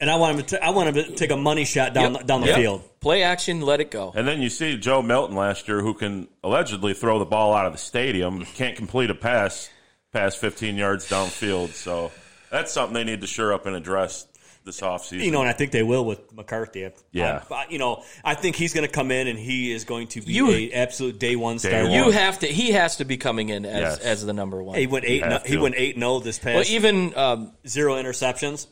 C: And I want them to. I want them to take a money shot down
A: Yep.
C: the, down the
A: Yep.
C: field.
A: Play action, let it go.
D: And then you see Joe Milton last year, who can allegedly throw the ball out of the stadium, can't complete a pass past 15 yards downfield. So that's something they need to sure up and address this offseason.
C: you know, and I think they will with McCarthy. I-
D: Yeah.
C: I, you know, I think he's going to come in and he is going to be
A: You-
C: a absolute day one
D: Day
C: star.
D: one.
A: You have to. He has to be coming in as
D: Yes.
A: as the number one.
C: He went eight.
D: have
C: he
D: to.
C: went eight. No, this past
A: well, even um,
C: zero interceptions.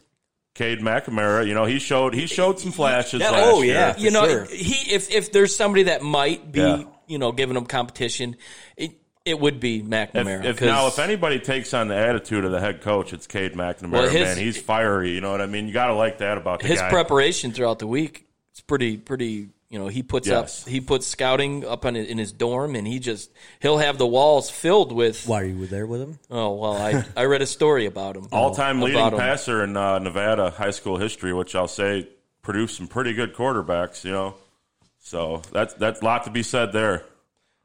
D: Cade McNamara, you know, he showed he showed some flashes.
C: Yeah,
D: last
C: oh,
D: year.
C: yeah.
A: you know
C: sure.
A: he if if there's somebody that might be
D: Yeah.
A: you know giving him competition, it it would be McNamara.
D: If, if
A: 'cause-
D: now, if anybody takes on the attitude of the head coach, it's Cade McNamara.
A: Well, his-
D: man, he's fiery. You know what I mean? You got to like that about the
A: his
D: guy.
A: preparation throughout the week it's pretty pretty you know he puts
D: Yes.
A: up he puts scouting up on, in his dorm and he just he'll have the walls filled with
C: Why are you there with him?
A: oh well i i read a story about him
D: All-time leading
A: About him.
D: passer in uh, Nevada high school history, which I'll say produced some pretty good quarterbacks. You know, so that's that's a lot to be said there.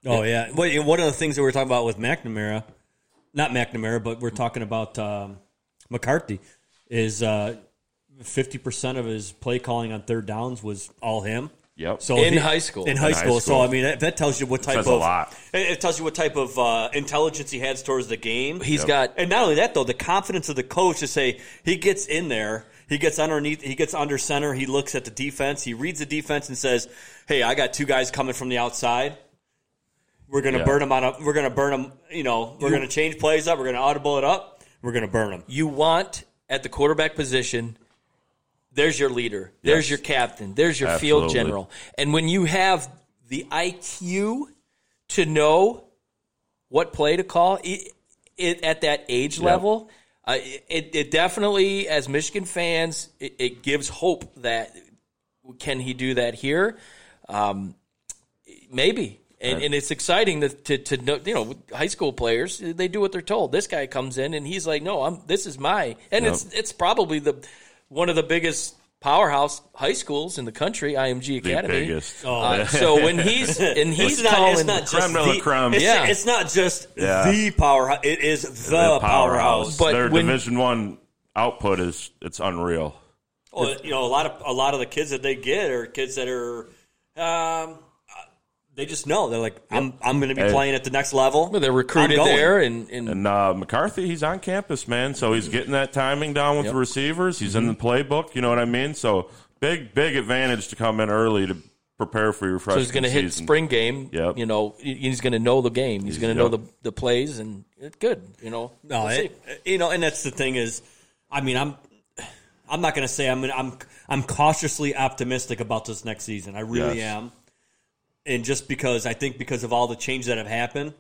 C: Oh yeah. Well, you know, one of the things that we we're talking about with McNamara, not McNamara, but we're talking about um, McCarthy, is uh, fifty percent of his play calling on third downs was all him.
D: Yep.
C: So
A: In
C: he-
A: high school.
C: in high
D: In high
C: school. So
D: school.
C: I mean, that, that tells you what type
D: says a
C: of
D: lot.
C: It, it tells you what type of uh, intelligence he has towards the game.
A: He's got
C: And not only that, though, the confidence of the coach to say he gets in there, he gets underneath, he gets under center, he looks at the defense, he reads the defense and says, "Hey, I got two guys coming from the outside. We're gonna
D: Yeah.
C: burn them on a. We're gonna burn them. You know, we're gonna change plays up. We're gonna audible it up. We're gonna burn them.
A: you want at the quarterback position there's your leader there's
D: Yes.
A: your captain there's your field
D: Absolutely.
A: general and when you have the iq to know what play to call it, it, at that age level Uh, it, it definitely, as Michigan fans, it, it gives hope that can he do that here? Um, maybe. And, and it's exciting to, to, to know, you know, high school players, they do what they're told. This guy comes in and he's like, no, I'm, this is my, and it's, it's probably the, one of the biggest powerhouse high schools in the country, IMG
D: The
A: Academy.
D: biggest.
A: Uh, so when he's,
C: [laughs]
A: and he's
C: Oh, It's not,
A: calling,
C: it's not just
D: creme de la
C: the,
D: creme.
C: It's,
A: Yeah.
C: it's not just
D: Yeah.
C: the powerhouse. It is the,
D: The
C: powerhouse.
A: But
D: Their
A: when-
D: Division One output is it's unreal.
C: Well, you know, a lot of a lot of the kids that they get are kids that are, um, they just know they're like, I'm I'm going to be
D: Hey.
C: playing at the next level.
A: [laughs] they're recruited
C: I'm going.
A: there and, and,
D: And uh, McCarthy, he's on campus, man. So he's getting that timing down with the receivers. He's in the playbook. You know what I mean? So big, big advantage to come in early to prepare for your
A: So
D: freshman
A: he's going to hit
D: season.
A: spring game.
D: Yep.
A: You know, he- he's going to know the game. He's going to know
D: yep.
A: the, the plays and it's good. You know,
C: No,
A: We'll see.
C: it, you know, and that's the thing is, I mean, I'm, I'm not going to say I'm, I'm, I'm cautiously optimistic about this next season. I really
D: Yes.
C: am, and just because I think because of all the changes that have happened,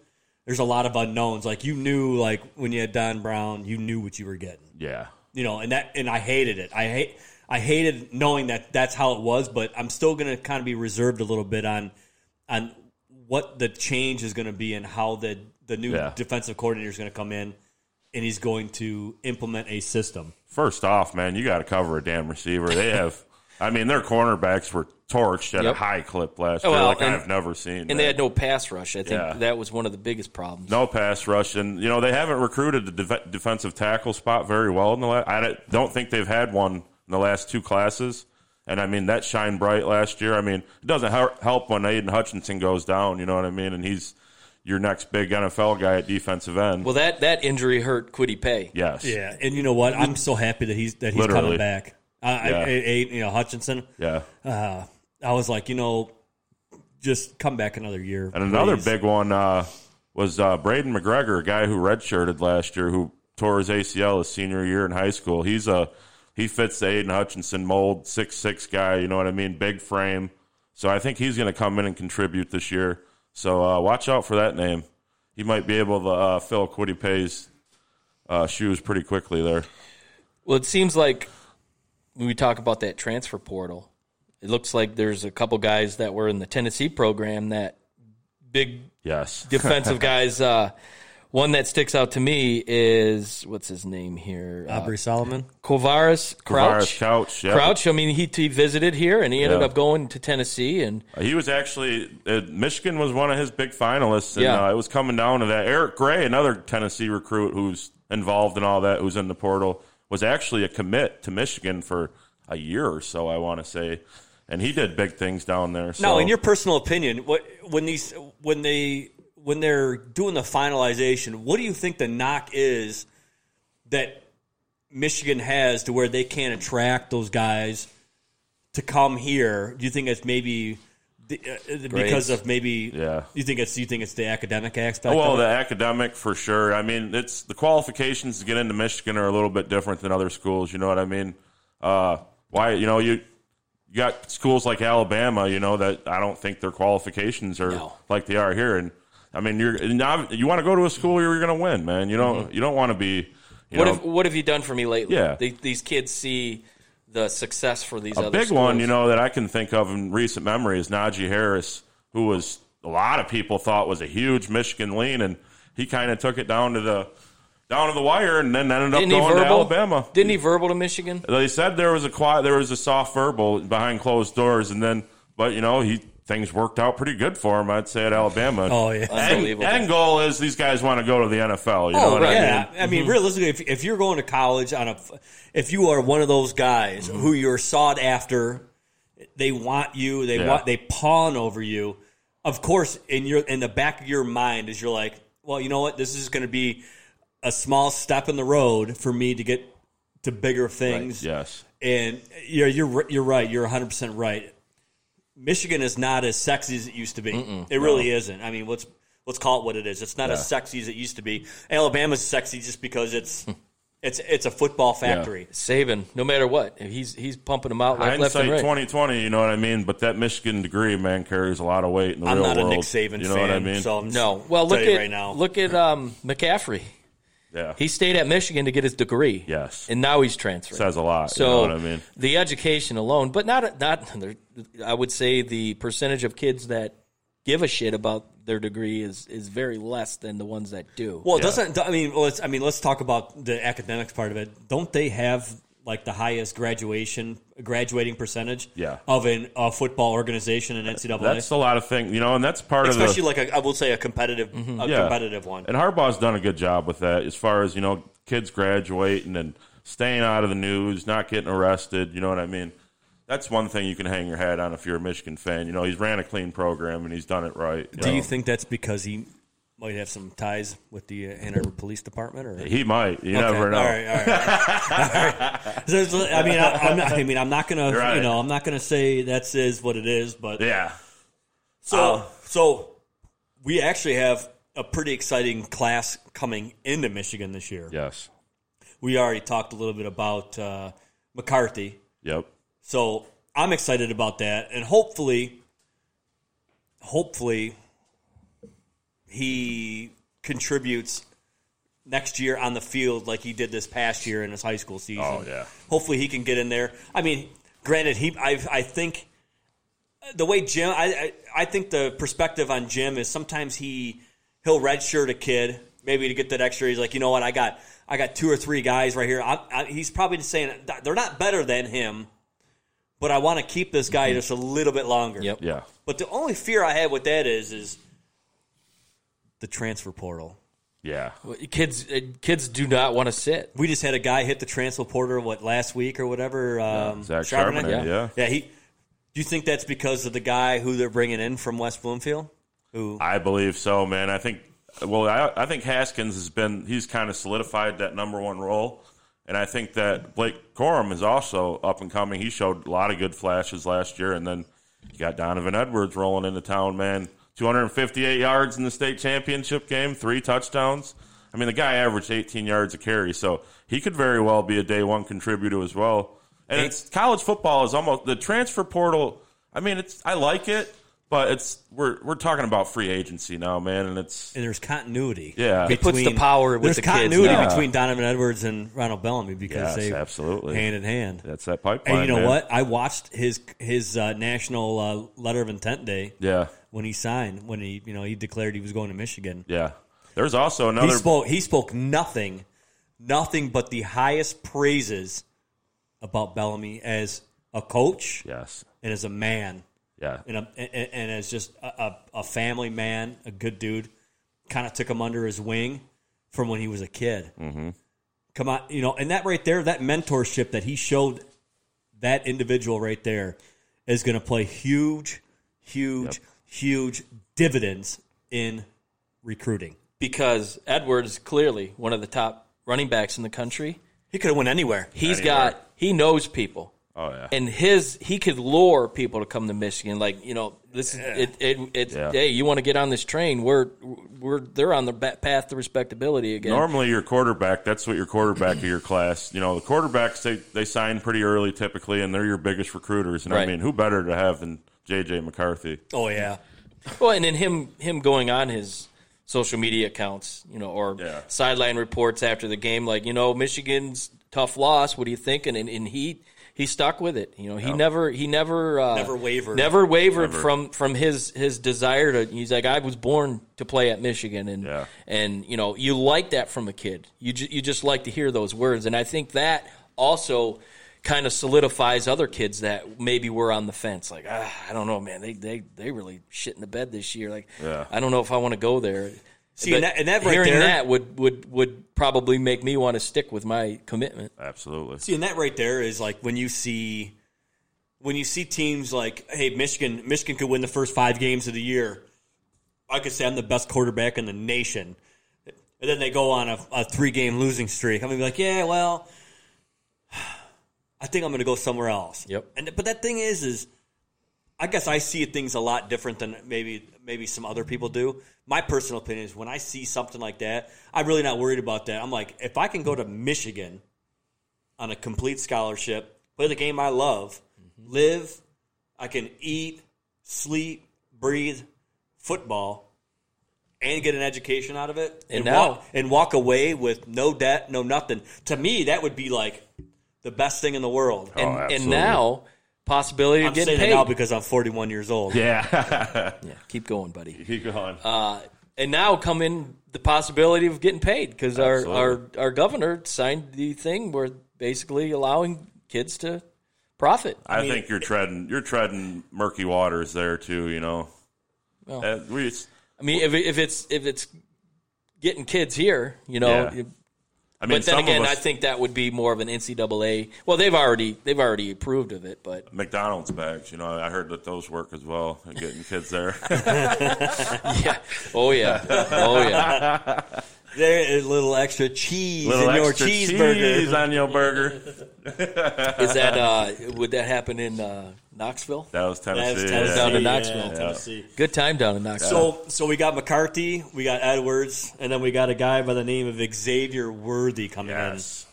C: there's a lot of unknowns. Like you knew, like when you had Don Brown, you knew what you were getting
D: Yeah.
C: you know, and that and I hated it. I hate I hated knowing that that's how it was, but I'm still going to kind of be reserved a little bit on on what the change is going to be and how the the new
D: Yeah.
C: defensive coordinator is going to come in and he's going to implement a system.
D: First off, man, you got to cover a damn receiver. They have, I mean, their cornerbacks were torched at
A: Yep.
D: a high clip last
A: Oh,
D: year,
A: well,
D: like
A: and-
D: I've never seen.
A: and
D: that.
A: they had no pass rush. I think
D: Yeah.
A: that was one of the biggest problems.
D: No pass rush, and you know they haven't recruited the def- defensive tackle spot very well in the last. I don't- don't think they've had one in the last two classes, and I mean that shined bright last year. I mean it doesn't hel- help when Aiden Hutchinson goes down. You know what I mean, and he's your next big NFL guy at defensive end.
A: Well, that, that injury hurt Quiddy Pay.
D: yes,
C: Yeah, and you know what? I'm so happy that he's that he's
D: Literally.
C: coming back. I,
D: Yeah.
C: I, I- you know, Hutchinson.
D: yeah.
C: Uh, I was like, you know, just come back another year.
D: And another
C: please.
D: big one uh, was uh, Braden McGregor, a guy who redshirted last year, who tore his ACL his senior year in high school. He's a he fits the Aiden Hutchinson mold, six six guy. You know what I mean? Big frame. So I think he's going to come in and contribute this year. So uh, watch out for that name. He might be able to uh, fill Quiddy Pay's uh, shoes pretty quickly there.
A: Well, it seems like when we talk about that transfer portal, it looks like there's a couple guys that were in the Tennessee program that
D: [laughs]
A: big
D: Yes.
A: defensive guys. Uh, one that sticks out to me is what's his name here? Uh,
C: Aubrey Solomon.
A: Kovaris Crouch.
D: Tavares Couch. yeah.
A: Crouch. I mean, he, he visited here and he ended
D: Yeah.
A: up going to Tennessee. And
D: He was actually uh, Michigan was one of his big finalists, and
A: Yeah.
D: uh, it was coming down to that. Eric Gray, another Tennessee recruit who's involved in all that, who's in the portal, was actually a commit to Michigan for a year or so, I want to say, and he did big things down there. So.
C: No, in your personal opinion, what when these when they when they're doing the finalization, what do you think the knock is that Michigan has to where they can't attract those guys to come here? Do you think it's maybe the, uh, because of maybe?
D: Yeah.
C: You think it's you think it's the academic aspect?
D: well,
C: of it?
D: the academic for sure. I mean, it's the qualifications to get into Michigan are a little bit different than other schools. You know what I mean? Uh, why? You know you. You got schools like Alabama, you know that I don't think their qualifications are
A: No.
D: like they are here, and I mean you're and now you want to go to a school where you're going to win, man. You don't you don't want to be
A: Mm-hmm.
D: you
A: what
D: know,
A: have what have you done for me lately?
D: Yeah.
A: The- these kids see the success for these
D: a
A: other
D: big one,
A: schools.
D: you know, that I can think of in recent memory is Najee Harris, who was a lot of people thought was a huge Michigan lean, and he kind of took it down to the down to the wire, and then ended
A: Didn't
D: up
A: he
D: going
A: verbal?
D: to Alabama.
A: Didn't he verbal to Michigan?
D: They said there was a quiet, there was a soft verbal behind closed doors, and then, but you know, he things worked out pretty good for him. I'd say at Alabama.
C: Oh, yeah.
D: End,
A: Unbelievable.
D: end goal is these guys want to go to the NFL. You know
C: Oh,
D: what I mean? Mm-hmm.
C: yeah. I mean, realistically, if, if you're going to college on a, if you are one of those guys
D: Mm-hmm.
C: who you're sought after, they want you, they
D: Yeah.
C: want, they pawn over you. Of course, in your in the back of your mind is you're like, well, you know what? This is going to be a small step in the road for me to get to bigger things.
D: Yes.
C: And you're you're ri- you're right. You're 100 percent right. Michigan is not as sexy as it used to be. it really isn't. I mean, let's let's call it what it is. It's not as sexy as it used to be. Alabama's sexy just because it's it's it's a football factory.
A: Saban, no matter what, he's he's pumping them out like left
D: Hindsight
A: and right.
D: 2020, you know what I mean? But that Michigan degree, man, carries a lot of weight in the
C: I'm
D: real
C: not
D: world.
C: a Nick Saban
D: you know
C: fan,
D: what I mean?
C: so I'm just
A: No, well look
C: tell you
A: at
C: right now.
A: look at um, McCaffrey.
D: Yeah.
A: He stayed at Michigan to get his degree.
D: Yes.
A: And now he's transferring.
D: Says a lot, you
A: So
D: know what I mean?
A: the education alone, but not not. there- I would say the percentage of kids that give a shit about their degree is is very less than the ones that do.
C: Well, it doesn't I mean let's I mean let's talk about the academics part of it. Don't they have like the highest graduation graduating percentage?
D: Yeah.
C: of an a football organization in NCAA,
D: That's a lot of things, you know, and that's part of the
C: especially like a, I will say a competitive a
D: Yeah.
C: competitive one.
D: And Harbaugh's done a good job with that as far as, you know, kids graduating and staying out of the news, not getting arrested. You know what I mean? That's one thing you can hang your hat on if you're a Michigan fan. You know, he's ran a clean program and he's done it right.
C: Do
D: know.
C: you think that's because he might have some ties with the uh, Ann Arbor Police Department? Or
D: He might. You
C: Okay,
D: never know.
C: All right, all right.
D: [laughs]
C: all right. There's- I mean, I, I'm not, I mean, I'm not gonna,
D: Right.
C: you know, I'm not gonna say that's is what it is, but
D: Yeah.
C: so so we actually have a pretty exciting class coming into Michigan this year.
D: Yes.
C: We already talked a little bit about uh, McCarthy.
D: Yep.
C: So I'm excited about that, and hopefully, hopefully, he contributes next year on the field like he did this past year in his high school season.
D: Oh, yeah.
C: Hopefully, he can get in there. I mean, granted, he I I think the way Jim I I, I think the perspective on Jim is sometimes he he'll redshirt a kid maybe to get that extra. He's like, you know what, I got. I got two or three guys right here. I, I, he's probably just saying they're not better than him, but I want to keep this guy just a little bit longer.
A: Yep.
D: Yeah.
C: But the only fear I have with that is is the transfer portal.
D: Yeah.
A: kids uh, kids do not want to sit.
C: We just had a guy hit the transfer portal what last week or whatever. Um,
D: Zach
C: Charbonnet?
D: Charbonnet, yeah.
C: yeah. He. Do you think that's because of the guy who they're bringing in from West Bloomfield? Who?
D: I believe so, man. I think, well, I, I think Haskins has been, he's kind of solidified that number one role. And I think that Blake Corum is also up and coming. He showed a lot of good flashes last year. And then you got Donovan Edwards rolling into town, man. 258 yards in the state championship game, three touchdowns. I mean, the guy averaged 18 yards a carry, so he could very well be a day one contributor as well. And it's college football is almost the transfer portal. I mean, it's I like it, but it's we're we're talking about free agency now, man, and it's
C: And there's continuity.
D: Yeah. It
A: puts the power with
C: there's
A: the kids
C: continuity
A: now.
C: between Donovan Edwards and Ronald Bellamy because
D: Yes,
C: they
D: absolutely.
C: hand in hand.
D: that's that pipeline.
C: And you know
D: man.
C: what? I watched his his uh, national uh, letter of intent day
D: Yeah,
C: when he signed when he you know he declared he was going to Michigan.
D: yeah. There's also
C: He
D: another.
C: spoke he spoke nothing, nothing but the highest praises about Bellamy as a coach
D: yes,
C: and as a man
D: yeah,
C: and a, and, and as just a, a, a family man, a good dude. Kind of took him under his wing from when he was a kid. Mm-hmm. Come on, you know, and that right there, that mentorship that he showed that individual right there is going to play huge, huge, huge dividends in recruiting.
A: because Edwards clearly one of the top running backs in the country.
C: He could have went anywhere.
A: He's
D: Anywhere.
A: got he knows people.
D: oh yeah,
A: And his he could lure people to come to Michigan. Like you know, this is it. it, it
D: Yeah.
A: Hey, you want to get on this train? We're we're they're on the ba- path to respectability again.
D: Normally, your quarterback, that's what your quarterback of your class, you know, the quarterbacks, they, they sign pretty early typically, and they're your biggest recruiters. And I
A: Right.
D: mean, who better to have than J.J. McCarthy?
C: Oh yeah,
A: Well, and then him him going on his social media accounts, you know, or
D: Yeah.
A: sideline reports after the game, like you know, Michigan's tough loss. What do you think? And and, and he he stuck with it. You know, he never he never uh,
C: Never wavered.
A: never wavered from from his his desire to. He's like, I was born to play at Michigan, and
D: Yeah.
A: and you know, you like that from a kid. You ju- you just like to hear those words, and I think that also. Kind of solidifies other kids that maybe were on the fence, like ah, I don't know, man. They they they really shit in the bed this year. Like
D: Yeah.
A: I don't know if I want to go there.
C: See, and that- and that right
A: hearing
C: there-
A: that would would would probably make me want to stick with my commitment.
D: Absolutely.
C: See, and that right there is like when you see when you see teams like, hey, Michigan, Michigan could win the first five games of the year. I could say I'm the best quarterback in the nation, and then they go on a, a three game losing streak. I'm gonna be like, yeah, well, I think I'm gonna go somewhere else.
A: Yep.
C: And but that thing is, is I guess I see things a lot different than maybe maybe some other people do. My personal opinion is when I see something like that, I'm really not worried about that. I'm like, if I can go to Michigan on a complete scholarship, play the game I love, live, I can eat, sleep, breathe football. and get an education out of it
A: And now-
C: walk, and walk away with no debt, no nothing. To me, that would be like the best thing in the world.
A: And, and
D: Oh, absolutely.
A: now possibility of
C: I'm
A: getting
C: saying
A: paid.
C: that now because I'm 41 years old.
D: Yeah.
A: yeah, keep going, buddy.
D: [laughs] Keep going.
A: And now come in the possibility of getting paid because our, our
D: Absolutely.
A: our governor signed the thing where basically allowing kids to profit.
D: I, think you're treading you're treading murky waters there too. You know, Uh, we,
A: I mean, if, it- if it's if it's getting kids here, you know.
D: Yeah.
A: it-
D: I mean,
A: But then
D: some
A: again,
D: of us,
A: I think that would be more of an NCAA. Well, they've already they've already approved of it, but [laughs]
D: McDonald's bags. You know, I heard that those work as well. Getting kids there.
A: yeah, oh yeah, oh yeah.
C: There is a little extra cheese
D: [laughs] Little
C: in your
D: extra
C: cheeseburger.
D: cheese on your burger.
A: Is that uh, would that happen in uh, Knoxville?
D: That was Tennessee.
C: That's
D: yeah.
C: Tennessee,
A: down to
C: yeah,
A: Knoxville.
C: Tennessee.
A: Good time down in Knoxville.
C: So, so we got McCarthy, we got Edwards, and then we got a guy by the name of Xavier Worthy coming
D: Yes.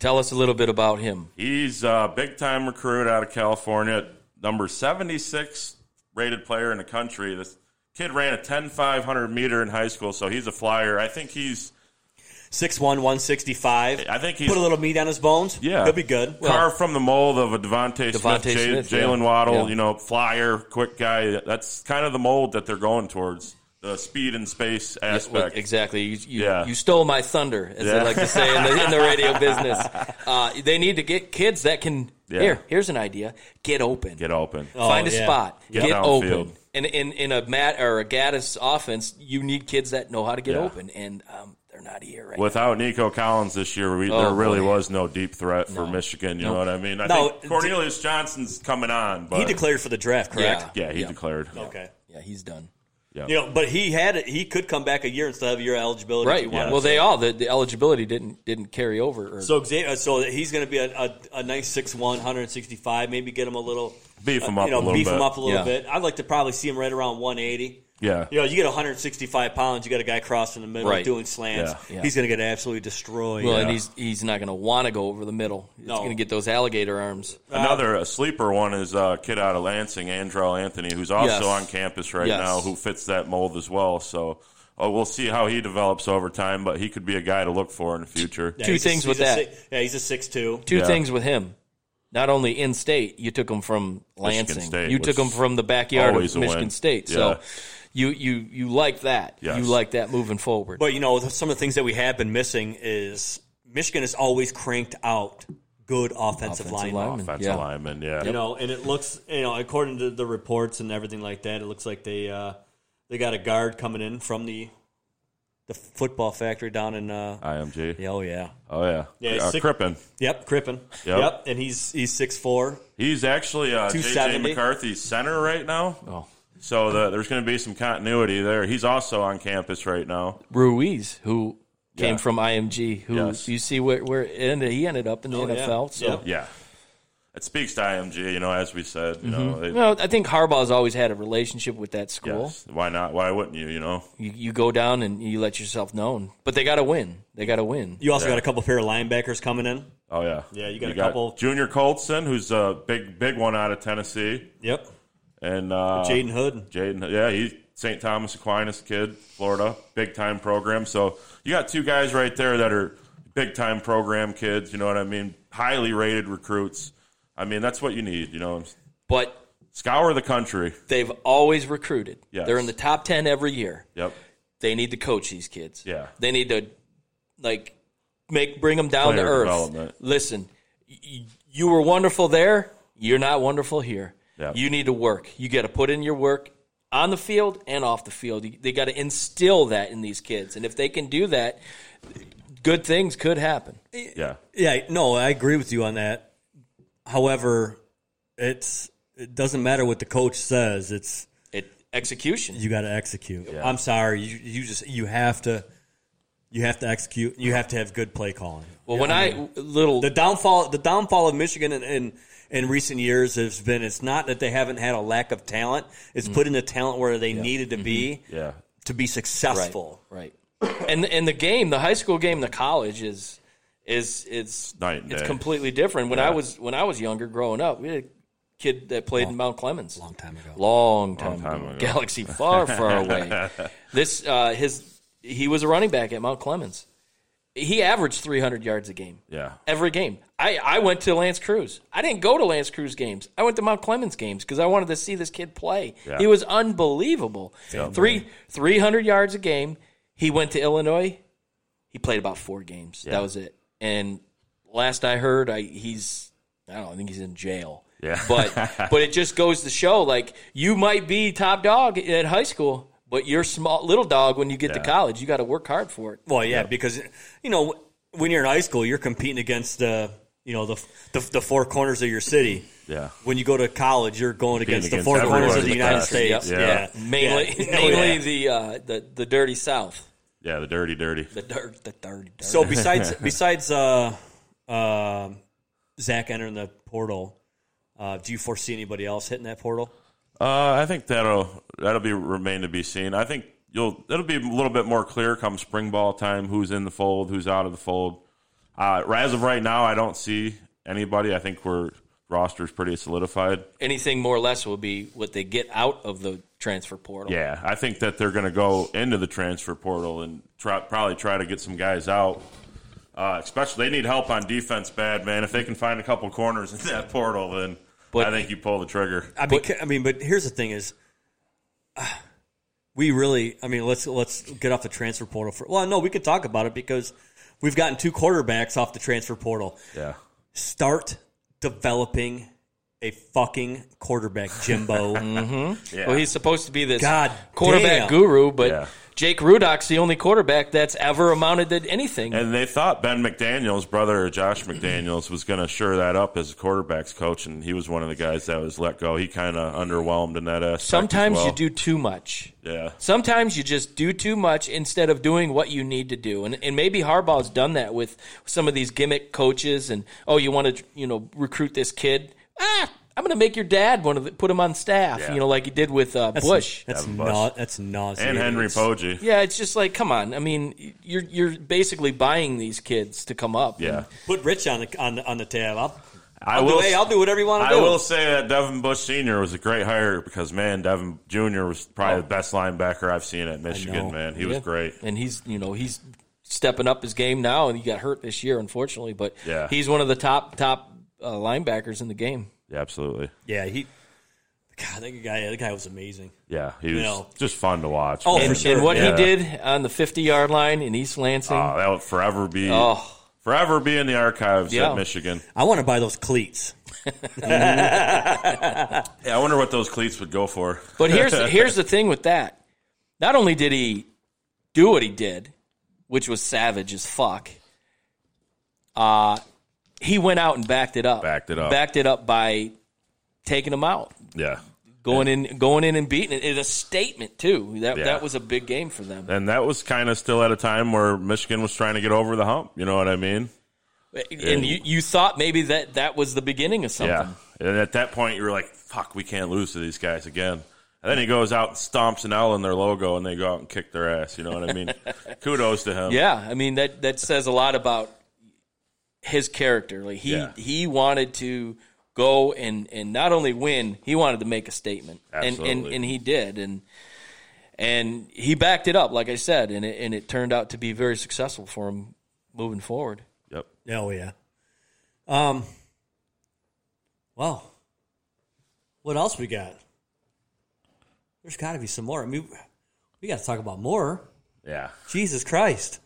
A: Tell us a little bit about him.
D: He's a big time recruit out of California, number 76 rated player in the country. This kid ran a 10 500 meter in high school, so he's a flyer. I think he's
C: in. 6'1", 165.
D: I think he's-
C: put a little meat on his bones.
D: yeah,
C: he'll be good.
D: Carved from the mold of a Devontae,
A: Devontae
D: Smith, Jay-
A: Smith, yeah.
D: Jalen Waddle,
A: Yeah.
D: you know, flyer, quick guy. That's kind of the mold that they're going towards the speed and space aspect.
A: Exactly. You, you,
D: Yeah.
A: you stole my thunder, as they
D: Yeah.
A: like to say in the, in the radio
D: [laughs]
A: business. Uh, they need to get kids that can.
D: Yeah.
A: Here, here's an idea. Get open.
D: Get open.
A: Find a
C: Oh, yeah.
A: spot.
D: Get
A: Get, open.
D: downfield.
A: And in in a Matt or a Gaddis offense, you need kids that know how to get open, and um, they're not here right.
D: Without Nico Collins this year, we,
A: Oh,
D: there really
A: boy.
D: was no deep threat for Michigan. You know what I mean? I
C: No,
D: think Cornelius Johnson's coming on, but
C: He declared for the draft, correct?
D: yeah, he declared.
C: Okay.
A: now. Yeah, he's done.
C: You know, but he had it. He could come back a year and still have year eligibility. if he
A: Right.
C: wanted.
A: Well, they all the, the eligibility didn't didn't carry over. Or,
C: So Xavier, uh, so he's going to be a, a, a nice 6'1", 165. Maybe get him a little
D: Beef him
C: uh,
D: up
C: you know,
D: a little
C: beef
D: bit.
C: him up a little
A: Yeah.
C: bit. I'd like to probably see him right around one eighty.
D: Yeah.
C: You know, you get 165 pounds, you got a guy crossing the middle
A: Right.
C: doing slants.
D: Yeah.
A: Yeah.
C: He's going to get absolutely destroyed.
A: well, and he's he's not going to want to go over the middle. He's
C: No.
A: going to get those alligator arms.
D: Another a sleeper one is a kid out of Lansing, Andrell Anthony, who's also
A: Yes.
D: on campus right
A: Yes.
D: now, who fits that mold as well. So uh, we'll see how he develops over time, but he could be a guy to look for in the future.
C: Yeah,
A: two
C: he's
A: things
C: he's
A: with
C: a
A: that.
C: six- yeah, he's a six two.
A: Two
D: Yeah.
A: things with him. Not only in state, you took him from
D: Michigan
A: Lansing.
D: State,
A: you took
D: which
A: him from the backyard
D: always
A: of
D: a
A: Michigan
D: win.
A: State.
D: Yeah.
A: So you you you like that.
D: Yes.
A: You like that moving forward.
C: But you know, some of the things that we have been missing is Michigan has always cranked out good offensive,
A: Offensive
C: linemen.
A: linemen.
D: Offensive
A: Yeah.
D: lineman, yeah.
C: You know, and it looks you know according to the reports and everything like that, it looks like they uh, they got a guard coming in from the the football factory down in uh,
D: IMG.
C: yeah, oh yeah
D: Oh yeah.
C: Yeah,
D: uh,
C: sick-
D: Crippen.
C: yep Crippen
D: Yep.
C: yep. and he's he's six four
D: He's actually uh, JJ
C: 270.
D: McCarthy's center right now.
A: oh.
D: So the, there's going to be some continuity there. He's also on campus right now.
A: Ruiz, who came
D: Yeah.
A: from IMG, who
D: Yes.
A: you see where where it ended, he ended up in the
C: Oh, yeah.
A: NFL. So
C: Yep.
D: Yeah. It speaks to IMG, you know, as we said. You know, they-
A: No, I think Harbaugh's always had a relationship with that school.
D: yes. why not? Why wouldn't you, you know?
A: You, you go down and you let yourself known, but they got to win. They got to win.
C: You also got a couple pair of linebackers coming in.
D: Oh, yeah.
C: Yeah, you got a couple-
D: Junior Colson, who's a big, big one out of Tennessee.
C: Yep,
D: And uh,
C: Jaden Hood.
D: Jaden, yeah, he's St. Thomas Aquinas kid, Florida, big time program. So you got two guys right there that are big time program kids. You know what I mean? Highly rated recruits. I mean, that's what you need. You know,
A: But
D: scour the country.
A: they've always recruited.
D: Yes.
A: They're in the top ten every year.
D: Yep.
A: they need to coach these kids.
D: Yeah.
A: They need to like make bring them down
D: Player
A: to earth.
D: development.
A: Listen, y- y- you were wonderful there. You're not wonderful here.
D: Yeah.
A: You need to work. You got to put in your work on the field and off the field. You- They got to instill that in these kids, and if they can do that, good things could happen.
D: Yeah.
C: Yeah, no, I agree with you on that. However, it's it doesn't matter what the coach says. It's
A: It, execution.
C: you got to execute. I'm sorry, you you just you have to you have to execute. You have to have good play calling.
A: well, when I, little
C: The downfall the downfall of Michigan in, in in recent years has been it's not that they haven't had a lack of talent. It's putting the talent where they needed to be
D: Mm. Mm-hmm. Yeah.
C: to be successful.
A: Right. right. and and the game, the high school game, the college is is it's
D: night and
A: it's
D: day.
A: completely different. When I was when I was younger, growing up, we had kid that played in Mount Clemens. Long
C: time ago.
A: Long time,
D: time
A: ago.
D: ago.
A: Galaxy far,
D: [laughs]
A: far away. This uh, his he was a running back at Mount Clemens. He averaged 300 yards a game.
D: Yeah.
A: Every game. I, I went to Lance Cruz. I didn't go to Lance Cruz games. I went to Mount Clemens games because I wanted to see this kid play.
D: Yeah.
A: He was unbelievable. Three, 300 yards a game. He went to Illinois. He played about four games. That was it. And last I heard, I he's I don't know, I think he's in jail.
D: Yeah.
A: but
D: [laughs]
A: but it just goes to show like you might be top dog at high school, but you're small little dog when you get to
D: Yeah.
A: college. You got to work hard for it.
C: Well, yeah, because you know when you're in high school, you're competing against the you know the the, the four corners of your city.
D: [clears throat] Yeah.
C: When you go to college, you're going against, the
D: against
C: four corners
D: everyone
C: of the
D: in the
C: United
D: country.
C: States.
D: Yep.
C: Yeah.
D: Yeah.
A: Mainly
D: [laughs]
C: Yeah.
A: [laughs]
C: Oh,
A: mainly
C: yeah.
A: the uh, the the dirty South,
D: Yeah, the dirty, dirty.
A: the dirt, the dirty. Dirt.
C: So
D: [laughs]
C: besides besides uh, uh, Zach entering the portal, uh, do you foresee anybody else hitting that portal?
D: Uh, I think that'll that'll be remain to be seen. I think you'll it'll be a little bit more clear come spring ball time who's in the fold, who's out of the fold. Uh, as of right now, I don't see anybody. I think we're roster's pretty solidified.
A: anything more or less will be what they get out of the transfer portal.
D: Yeah, I think that they're going to go into the transfer portal and try, probably try to get some guys out. Uh, especially they need help on defense, bad man. If they can find a couple corners in that portal, then
A: But-
D: I think you pull the trigger.
C: I mean, I mean, but here's the thing: is uh, we really? I mean, let's let's get off the transfer portal for. Well, no, we could talk about it because we've gotten two quarterbacks off the transfer portal.
D: Yeah,
C: Start developing a fucking quarterback, [laughs] Jimbo.
D: yeah.
A: Well, he's supposed to be this
C: God
A: quarterback
C: damn.
A: guru, but
D: Yeah.
A: Jake Rudock's the only quarterback that's ever amounted to anything.
D: And they thought Ben McDaniel's brother, Josh McDaniels, was going to sure that up as a quarterbacks coach, and he was one of the guys that was let go. He kind of underwhelmed in that aspect. as
A: Sometimes
D: well.
A: you do too much.
D: Yeah.
A: Sometimes you just do too much instead of doing what you need to do. And and maybe Harbaugh's done that with some of these gimmick coaches and oh, you want to, you know, recruit this kid? Ah, I'm going to make your dad one of the, put him on staff,
D: Yeah.
A: you know, like he did with uh,
C: That's-
A: Bush.
C: That's
D: Devin Bush.
C: not. That's nauseating.
D: And Henry Poggi.
A: yeah, it's just like come on. I mean, you're you're basically buying these kids to come up.
D: Yeah.
C: Put Rich on the on the, on the tab. I'll,
D: I
C: I'll
D: will
C: Do, hey,
D: s-
C: I'll do whatever you want to
D: I
C: do.
D: will say that Devin Bush Sr. was a great hire because, man, Devin Jr. was probably the best linebacker I've seen at Michigan, man. He was
A: Yeah.
D: great.
A: And he's, you know, he's stepping up his game now, and he got hurt this year, unfortunately. But
D: Yeah.
A: he's one of the top top uh, linebackers in the game.
D: Yeah, absolutely.
C: Yeah, he. God, that guy. That guy was amazing.
D: Yeah, he was
C: know.
D: just fun to watch.
C: Oh,
D: man.
C: for
A: And,
C: sure.
A: and what
D: Yeah.
A: he did on the fifty yard line in East Lansing,
D: Oh, that would forever be
A: Oh.
D: forever be in the archives
A: Yeah.
D: at Michigan.
C: I want to buy those cleats.
D: Yeah, I wonder what those cleats would go for.
A: But
D: [laughs]
A: here's here's the thing with that. Not only did he do what he did, which was savage as fuck. Uh he went out and backed it up.
D: Backed it up.
A: Backed it up by taking him out,
D: Yeah.
A: going in, going in and beating it. It's a statement too. That
D: Yeah.
A: that was a big game for them.
D: And that was kind of still at a time where Michigan was trying to get over the hump. You know what I mean?
A: And you, you thought maybe that that was the beginning of something.
D: Yeah. And at that point, you were like, fuck, we can't lose to these guys again. And then he goes out and stomps an L in their logo, and they go out and kick their ass. You know what
C: [laughs]
D: I mean? Kudos to him.
A: Yeah, I mean that that says a lot about his character. Like he
D: Yeah.
A: he wanted to go and and not only win, he wanted to make a statement, and and
D: Absolutely.
A: and he did, and and he backed it up, like I said, and it and it turned out to be very successful for him moving forward.
D: Yep.
C: Oh yeah. Um. Well, what else we got? There's got to be some more. I mean, we got to talk about more.
D: Yeah.
C: Jesus Christ!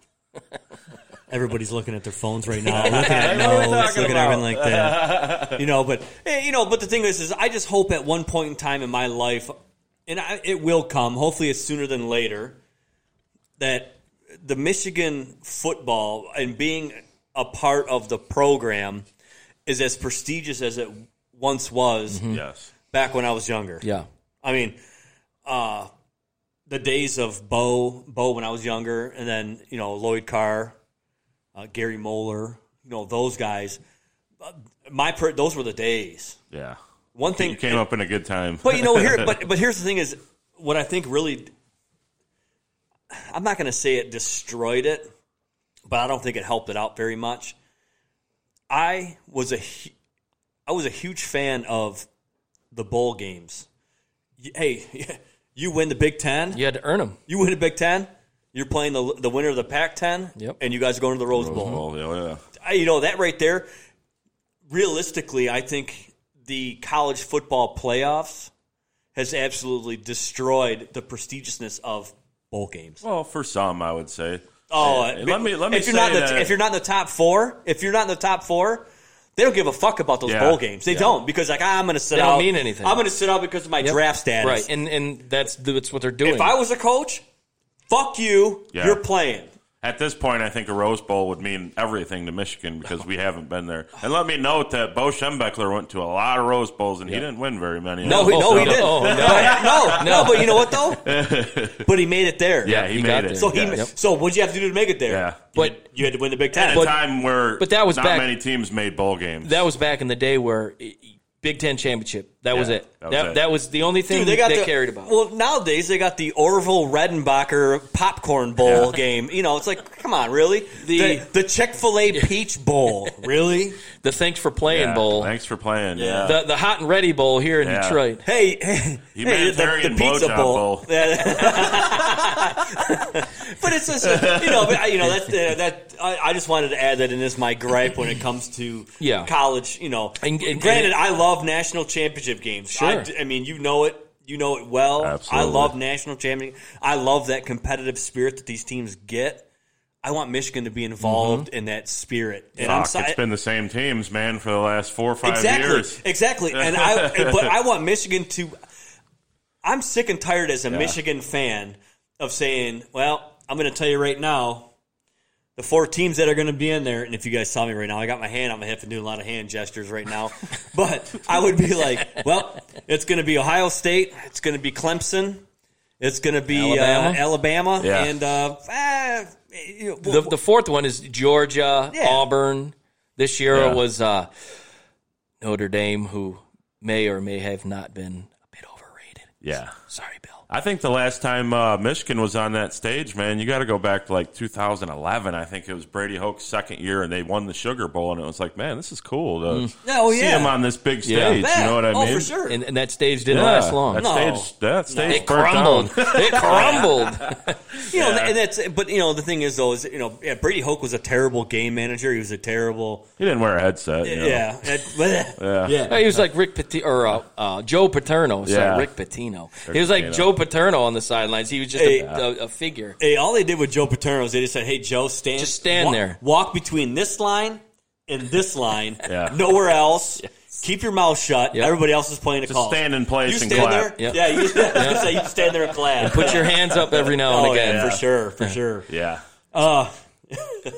C: Everybody's looking at their phones right now, looking at notes, looking at everything like that. You know, but eh, you know, but the thing is, is I just hope at one point in time in my life, and I, it will come. Hopefully, it's sooner than later. That the Michigan football and being a part of the program is as prestigious as it once was
D: Yes.
C: back when I was younger.
A: Yeah,
C: I mean, uh, the days of Bo, Bo when I was younger, and then you know Lloyd Carr, uh, Gary Moeller, you know those guys. Uh, My per- those were the days.
D: Yeah.
C: One thing
D: You came up in a good time.
C: but you know, here, but but here's the thing: is what I think really, I'm not going to say it destroyed it, but I don't think it helped it out very much. I was a, hu- I was a huge fan of the bowl games. You- Hey, [laughs] you win the Big Ten.
A: You had to earn them.
C: You win the Big Ten. You're playing the the winner of the Pac Ten.
A: Yep.
C: And you guys are going to the Rose Bowl.
D: Well, yeah, yeah.
C: I, you know that right there. Realistically, I think the college football playoffs has absolutely destroyed the prestigiousness of bowl games.
D: Well, for some, I would say.
C: Oh,
D: Yeah,
C: I-
D: let me- let me
C: If you're not in
D: say
C: the,
D: that-
C: if you're not in the top four, if you're not in the top four, they don't give a fuck about those
D: Yeah.
C: bowl games. They
D: Yeah.
C: don't because like I'm going to sit
A: They don't
C: out.
A: mean anything.
C: I'm going to sit out because of my draft status.
A: right? And and that's that's what they're doing.
C: if I was a coach, fuck you.
D: Yeah.
C: You're playing.
D: At this point, I think a Rose Bowl would mean everything to Michigan because we haven't been there. And let me note that Bo Schembechler went to a lot of Rose Bowls and he didn't win very many.
C: No,
D: of
C: he,
D: them.
C: no,
A: Oh, no,
C: he
A: no,
C: didn't.
A: no.
C: But- no, no, But you know what though?
D: [laughs]
C: but he made it there.
D: yeah, he,
A: he got
D: made it.
A: there.
C: So he.
D: yeah.
C: So what'd you have to do to make it there?
D: Yeah.
A: but
C: You had to win the Big
D: at
C: Ten.
D: a time where
A: but that was
D: not
A: back-
D: many teams made bowl games.
A: that was back in the day where eh, Big Ten championship. That was
D: Yeah,
A: it.
D: that
A: That
D: was
A: that,
D: it.
A: was the only thing
C: Dude, they got
A: they
C: the-
A: cared about.
C: Well, nowadays they got the Orville Redenbacher popcorn bowl [laughs]
D: Yeah.
C: game. You know, it's like, come on, really? The
A: The-
C: the, Chick Fil A Peach Bowl, really?
A: the Thanks for Playing
D: Yeah,
A: Bowl,
D: Thanks for playing. Yeah.
A: the the Hot and Ready Bowl here in
D: Yeah.
A: Detroit.
C: Hey, [laughs] hey, the,
D: Humanitarian
C: the pizza
D: blowjob
C: bowl.
D: bowl.
C: Yeah. but it's just uh, you know, but, I- you know that's uh, that. I, I just wanted to add that in this my gripe when it comes to
A: Yeah.
C: college. You know,
A: And- and-
C: granted, I love national championship games. I,
A: Sure.
C: d- I mean, you know it. You know it well.
D: Absolutely.
C: I love national championship. I love that competitive spirit that these teams get. I want Michigan to be involved
A: Mm-hmm.
C: in that spirit, and I'm
D: Fuck,
C: sorry.
D: it's been the same teams, man, for the last four or five
C: Exactly.
D: years.
C: Exactly. And I and- but I want Michigan to I'm sick and tired as a Michigan fan of saying, well, I'm going to tell you right now the four teams that are going to be in there, and if you guys saw me right now, I got my hand on my hip and doing a lot of hand gestures right
D: [laughs]
C: now. but I would be like, well, it's going to be Ohio State, it's going to be Clemson, it's going to be Alabama,
A: Alabama?
C: uh, Alabama
D: Yeah.
C: and uh, ah, you know,
A: The, the fourth one is Georgia,
C: Yeah.
A: Auburn. This year
D: Yeah.
A: it was uh, Notre Dame, who may or may have not been a bit overrated.
D: Yeah.
A: Sorry, Bill.
D: I think the last time uh, Michigan was on that stage, man, you got to go back to like 2011. I think it was Brady Hoke's second year, and they won the Sugar Bowl, and it was like, man, this is cool to
C: Oh,
D: see
C: yeah.
D: them on this big
A: Mm. Yeah.
D: stage. You know what I
C: oh,
D: mean?
C: for sure.
A: And, and that stage didn't
D: Yeah,
A: last long.
D: That
C: No.
D: stage, that stage
A: It
D: burnt
A: crumbled.
D: down. [laughs]
A: it crumbled.
C: You know, and that's but you know the thing is though is you know yeah, Brady Hoke was a terrible game manager. He was a terrible
D: He didn't wear a headset. you know.
C: yeah [laughs] yeah.
A: Hey, He was like Rick Pati- or uh, uh, Joe Paterno. Sorry,
D: Yeah.
A: Rick Patino. He was like Joe Paterno on the sidelines. He was just
C: Hey.
A: a, a, a figure.
C: Hey, all they did with Joe Paterno is they just said, "Hey Joe, stand
A: Just stand
C: walk,
A: there.
C: walk between this line
A: [laughs]
C: and this line,
D: Yeah.
C: nowhere else." Keep your mouth shut.
A: Yep.
C: Everybody else is playing a
D: Just
C: call.
D: stand in place
C: Oh. You
D: and
C: stand
D: clap.
C: there.
A: Yep.
C: Yeah, you [laughs] just, so you stand there and clap.
A: Put your hands up every now and
C: oh,
A: again.
C: yeah, for sure, for sure. Uh,
D: Yeah.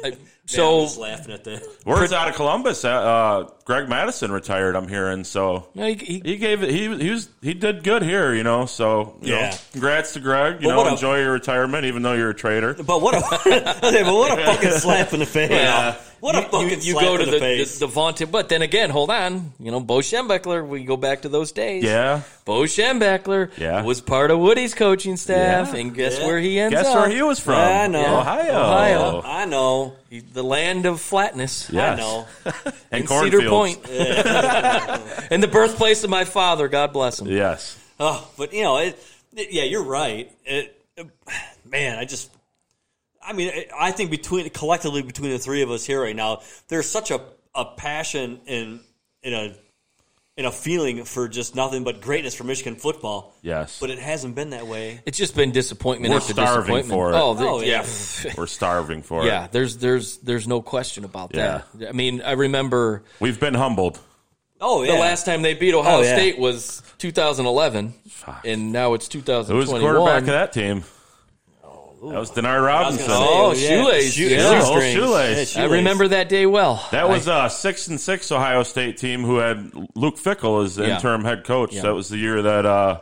C: I'm
A: So
C: just laughing at that.
D: Words out of Columbus. uh, Uh, Greg Madison retired. I'm hearing so.
A: you know, he- he-
D: He gave it. He he was he did good here, you know. So you
C: Yeah.
D: know, congrats to Greg. You
C: But what
D: know,
C: a-
D: enjoy your retirement, even though you're a traitor.
C: But what a [laughs] okay, but
D: [laughs]
C: what a fucking slap in the face! What a fucking
A: you, you
C: slap
A: go to
C: in
A: the,
C: the,
A: the,
C: face.
A: the vaunted, but then again, hold on. You know, Bo Schembechler, we go back to those days.
D: Yeah.
A: Bo Schembechler
D: Yeah.
A: was part of Woody's coaching staff,
D: Yeah.
A: and guess
C: Yeah.
A: where he ends
D: Guess
A: up?
D: where he was from?
C: Yeah, I know. Yeah.
D: Ohio.
A: Ohio.
C: I know.
A: He- the land of flatness.
D: Yes.
C: I know.
D: And,
A: And
D: cornfields.
A: Cedar
D: [laughs]
A: Point. and the birthplace of my father, God bless him.
D: Yes.
C: Oh, but you know, it, it- yeah, you're right. It, it- man, I just, I mean, it, I think between collectively between the three of us here right now, there's such a, a passion and and a and a feeling for just nothing but greatness for Michigan football.
D: Yes.
C: but it hasn't been that way.
A: It's just been disappointment
D: We're
A: after
D: starving
A: disappointment.
D: for it.
A: Oh, the-
C: Oh, yeah.
A: yeah.
D: We're starving for
A: yeah,
D: it.
A: there's there's there's no question about that. I mean, I remember
D: We've been humbled.
C: Oh yeah,
A: the last time they beat Ohio
C: Oh, yeah.
A: State was 2011, and now it's
D: Who was the
A: 2021.
D: quarterback of that team? That was Denard
C: was
D: Robinson.
C: gonna say,
A: Oh,
C: yeah,
A: shoelace.
C: shoe-
A: Yeah, Oh,
D: whole
C: shoestrings.
D: shoelace.
C: Yeah,
D: I
A: I
C: shoelace.
A: remember that day well.
D: That was a six and six Ohio State team who had Luke Fickle as the
A: Yeah.
D: interim head coach. That was the year that uh,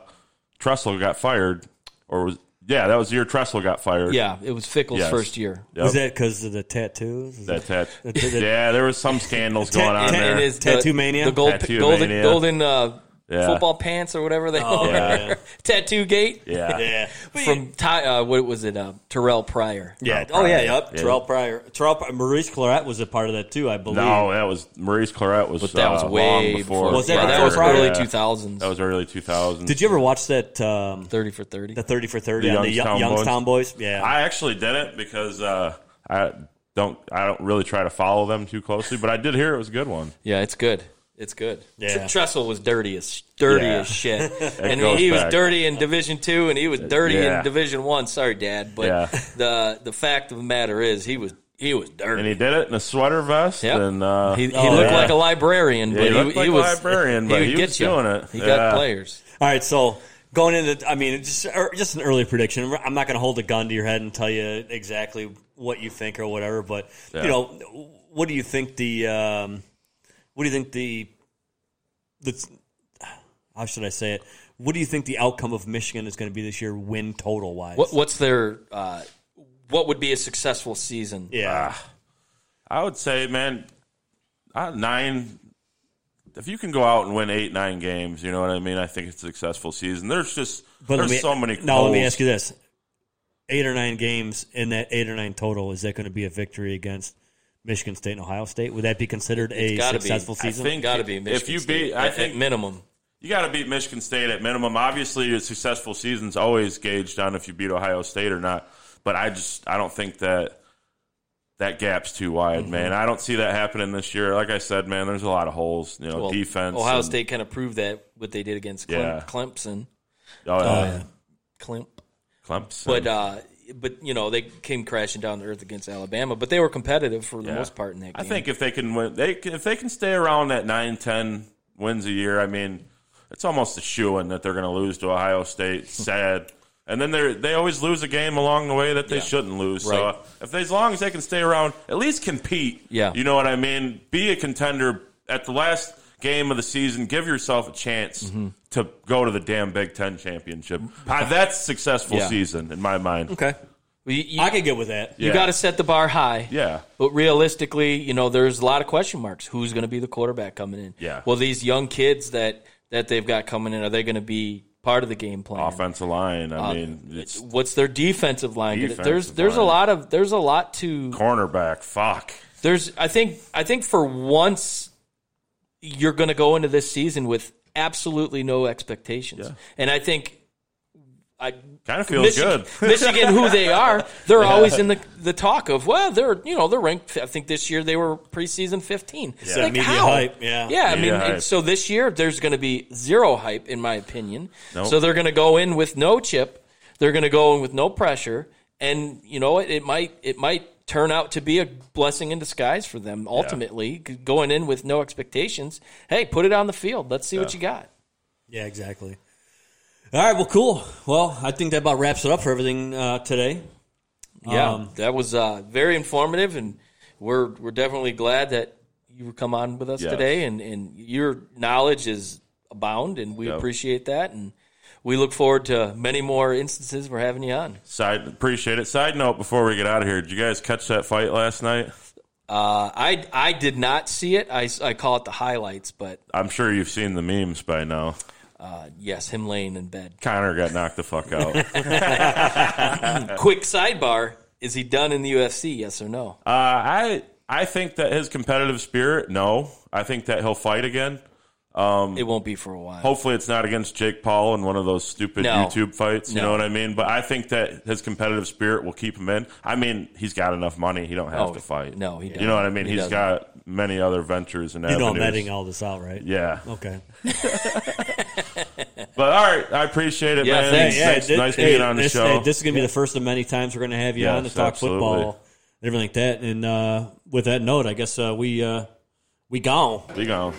D: Tressel got fired, or was yeah, that was the year Tressel got
A: I-
D: fired.
A: yeah, it was Fickle's
D: Yes.
A: first year.
D: Yep.
C: Was that because of the tattoos? Is
D: that tat-
C: that-
D: yeah, there was some scandals going on
C: tat-
D: there.
A: And
C: it
A: is
C: Tattoo
A: the,
C: mania?
A: the gold,
D: Tattoo
A: golden,
D: mania.
A: golden uh,
D: Yeah. Oh,
A: football pants or whatever they were.
C: yeah, yeah.
A: [laughs] Tattoo gate
D: Yeah.
C: Yeah. But
A: from Ty, uh, what was it? Uh, Terrell Pryor.
C: yeah. Oh, yeah, yep.
D: Yeah.
C: Terrell Pryor. Terrell Pryor. Maurice Claret was a part of that, too, I believe.
D: No, that was Maurice Claret was.
A: But that
D: uh,
A: was
D: long
A: way
D: before.
A: before.
C: Was that
A: yeah,
D: Pryor.
A: that was
C: before Pryor?
A: early
D: Yeah.
A: two thousands.
D: That was early 2000s.
C: Did you ever watch that, um,
A: Thirty for thirty.
C: the 30 for 30
D: The
C: on the Yo-
D: Youngstown
C: Youngstown Boys? Yeah.
D: I actually didn't because uh, I don't. I don't really try to follow them too closely, but I did hear it was a good one.
A: Yeah, it's good. It's good. Tr-
C: Yeah.
A: Trestle was dirty as dirty
D: Yeah.
A: as shit,
D: [laughs]
A: and
D: goes
A: he was
D: back. Uh,
A: dirty in Division Two, and he was dirty
D: yeah.
A: in Division One. Sorry, Dad, but
D: Yeah.
A: the the fact of the matter is, he was he was dirty.
D: And he did it in a sweater vest,
A: Yep.
D: and uh,
A: he, he
C: Oh,
A: looked
C: yeah.
A: like a librarian, but
D: he
A: he,
D: looked like
A: he
D: a
A: was
D: librarian, but
A: would
D: he
A: get
D: was
A: you.
D: doing it.
A: He
D: Yeah.
A: got players.
C: All right, so going into, I mean, just or just an early prediction. I'm not going to hold a gun to your head and tell you exactly what you think or whatever, but
D: Yeah.
C: you know, what do you think the, um, what do you think the, the, how should I say it? What do you think the outcome of Michigan is going to be this year, win total wise?
A: What, what's their uh, what would be a successful season?
D: Ah.
C: yeah,
D: I would say, man, uh, nine. If you can go out and win eight, nine games, you know what I mean. I think it's a successful season. There's just
C: but
D: there's
C: let me,
D: so many.
C: Now let me
D: goals.
C: ask you this: eight or nine games in that eight or nine total is that going to be a victory against? Michigan State and Ohio State would that be considered a
A: gotta be.
C: successful
A: I
C: season?
D: think-
A: got to be. Michigan
D: If you
A: State,
D: beat- I
A: at- at
D: think-
A: minimum.
D: You got to beat Michigan State at minimum. Obviously, a successful season's always gauged on if you beat Ohio State or not. But I just I don't think that that gap's too wide,
A: Mm-hmm.
D: man. I don't see that happening this year. Like I said, man, there's a lot of holes. You know,
A: Well,
D: defense.
A: Ohio
D: and-
A: State kind of proved that what they did against Clem-
D: Yeah.
A: Clemson.
D: Oh, yeah.
A: Clemp.
D: Clemson.
A: But uh, but you know they came crashing down to earth against Alabama, but they were competitive for the
D: Yeah.
A: most part in that game.
D: I think if they can win, they if they can stay around that 9, 10 wins a year. I mean, it's almost a shoe in that they're going to lose to
A: [laughs]
D: Ohio State. Sad, and then they they always lose a game along the way that they shouldn't lose. So
A: Right.
D: uh, if they, as long as they can stay around, at least compete.
A: Yeah.
D: you know what I mean. Be a contender at the last game of the season. Give yourself a chance.
A: Mm-hmm.
D: To go to the damn Big
A: [laughs]
D: Ten championship, Uh, that's successful
A: Yeah.
D: season in my mind.
C: okay,
A: Well, you, you,
C: I could get with that.
A: you
D: Yeah.
A: got to set the bar high.
D: Yeah,
A: But realistically, you know, there's a lot of question marks. Who's going to be the quarterback coming in?
D: Yeah.
A: Well, these young kids that that they've got coming in, are they going to be part of the game plan?
D: offensive line.
A: Uh,
D: I mean, it's
A: What's their defensive line? gonna- there's
D: Defensive
A: there's a
D: line.
A: lot of there's a lot to
D: cornerback. Fuck.
A: there's I think I think for once you're going to go into this season with absolutely no expectations, and I think I
D: Kind
A: [laughs]
D: of feels
A: Michigan,
D: good.
A: Michigan, who they are, they're always in the the talk of well, they're you know they're ranked. I think this year they were preseason 15. It's
C: that
A: like,
C: media
A: how?
C: hype, yeah.
A: yeah. I
D: Media
A: mean,
D: hype.
A: and so this year there's going to be zero hype in my opinion.
D: Nope.
A: So they're going to go in with no chip. They're going to go in with no pressure, and you know it, it might it might turn out to be a blessing in disguise for them ultimately g- going in with no expectations hey put it on the field let's see what you got
C: Yeah, exactly. All right, well, cool. Well, I think that about wraps it up for everything uh, today.
A: Yeah,
C: Um,
A: that was uh, very informative, and we're we're definitely glad that you come on with us
D: Yes.
A: today, and, and your knowledge is abound, and we
D: Yeah.
A: appreciate that, and we look forward to many more instances we're having you on.
D: Side appreciate it. Side note before we get out of here, did you guys catch that fight last night?
A: Uh, I I did not see it. I, s- I call it the highlights, but
D: I'm sure you've seen the memes by now.
A: uh, yes, him laying in bed.
D: Connor got knocked the fuck
A: [laughs]
D: out. uh,
A: Quick sidebar: Is he done in the UFC? Yes or no?
D: I I think that his competitive spirit, no. I think that he'll fight again.
A: it won't be for a while.
D: Hopefully it's not against Jake Paul in one of those stupid
A: No.
D: YouTube fights, you
A: No.
D: know what I mean? But I think that his competitive spirit will keep him in. I mean, he's got enough money, he don't have
A: Oh,
D: to fight.
A: no, he
D: You know what I
A: doesn't.
D: mean?
A: He doesn't.
D: He's got many other ventures and
C: You know,
D: avenues.
C: I'm editing all this out, right?
D: yeah.
C: Okay.
D: But all right, I appreciate it,
A: Yeah,
D: man.
A: thanks.
C: Yeah,
D: nice,
C: thi-
D: nice
C: hey,
D: being on the
C: this,
D: show.
C: hey, this is going to be the first of many times we're going to have you
D: Yes,
C: on to talk
D: absolutely.
C: football and everything like that. And uh, with that note, I guess uh, we uh, we gone.
D: Be gone.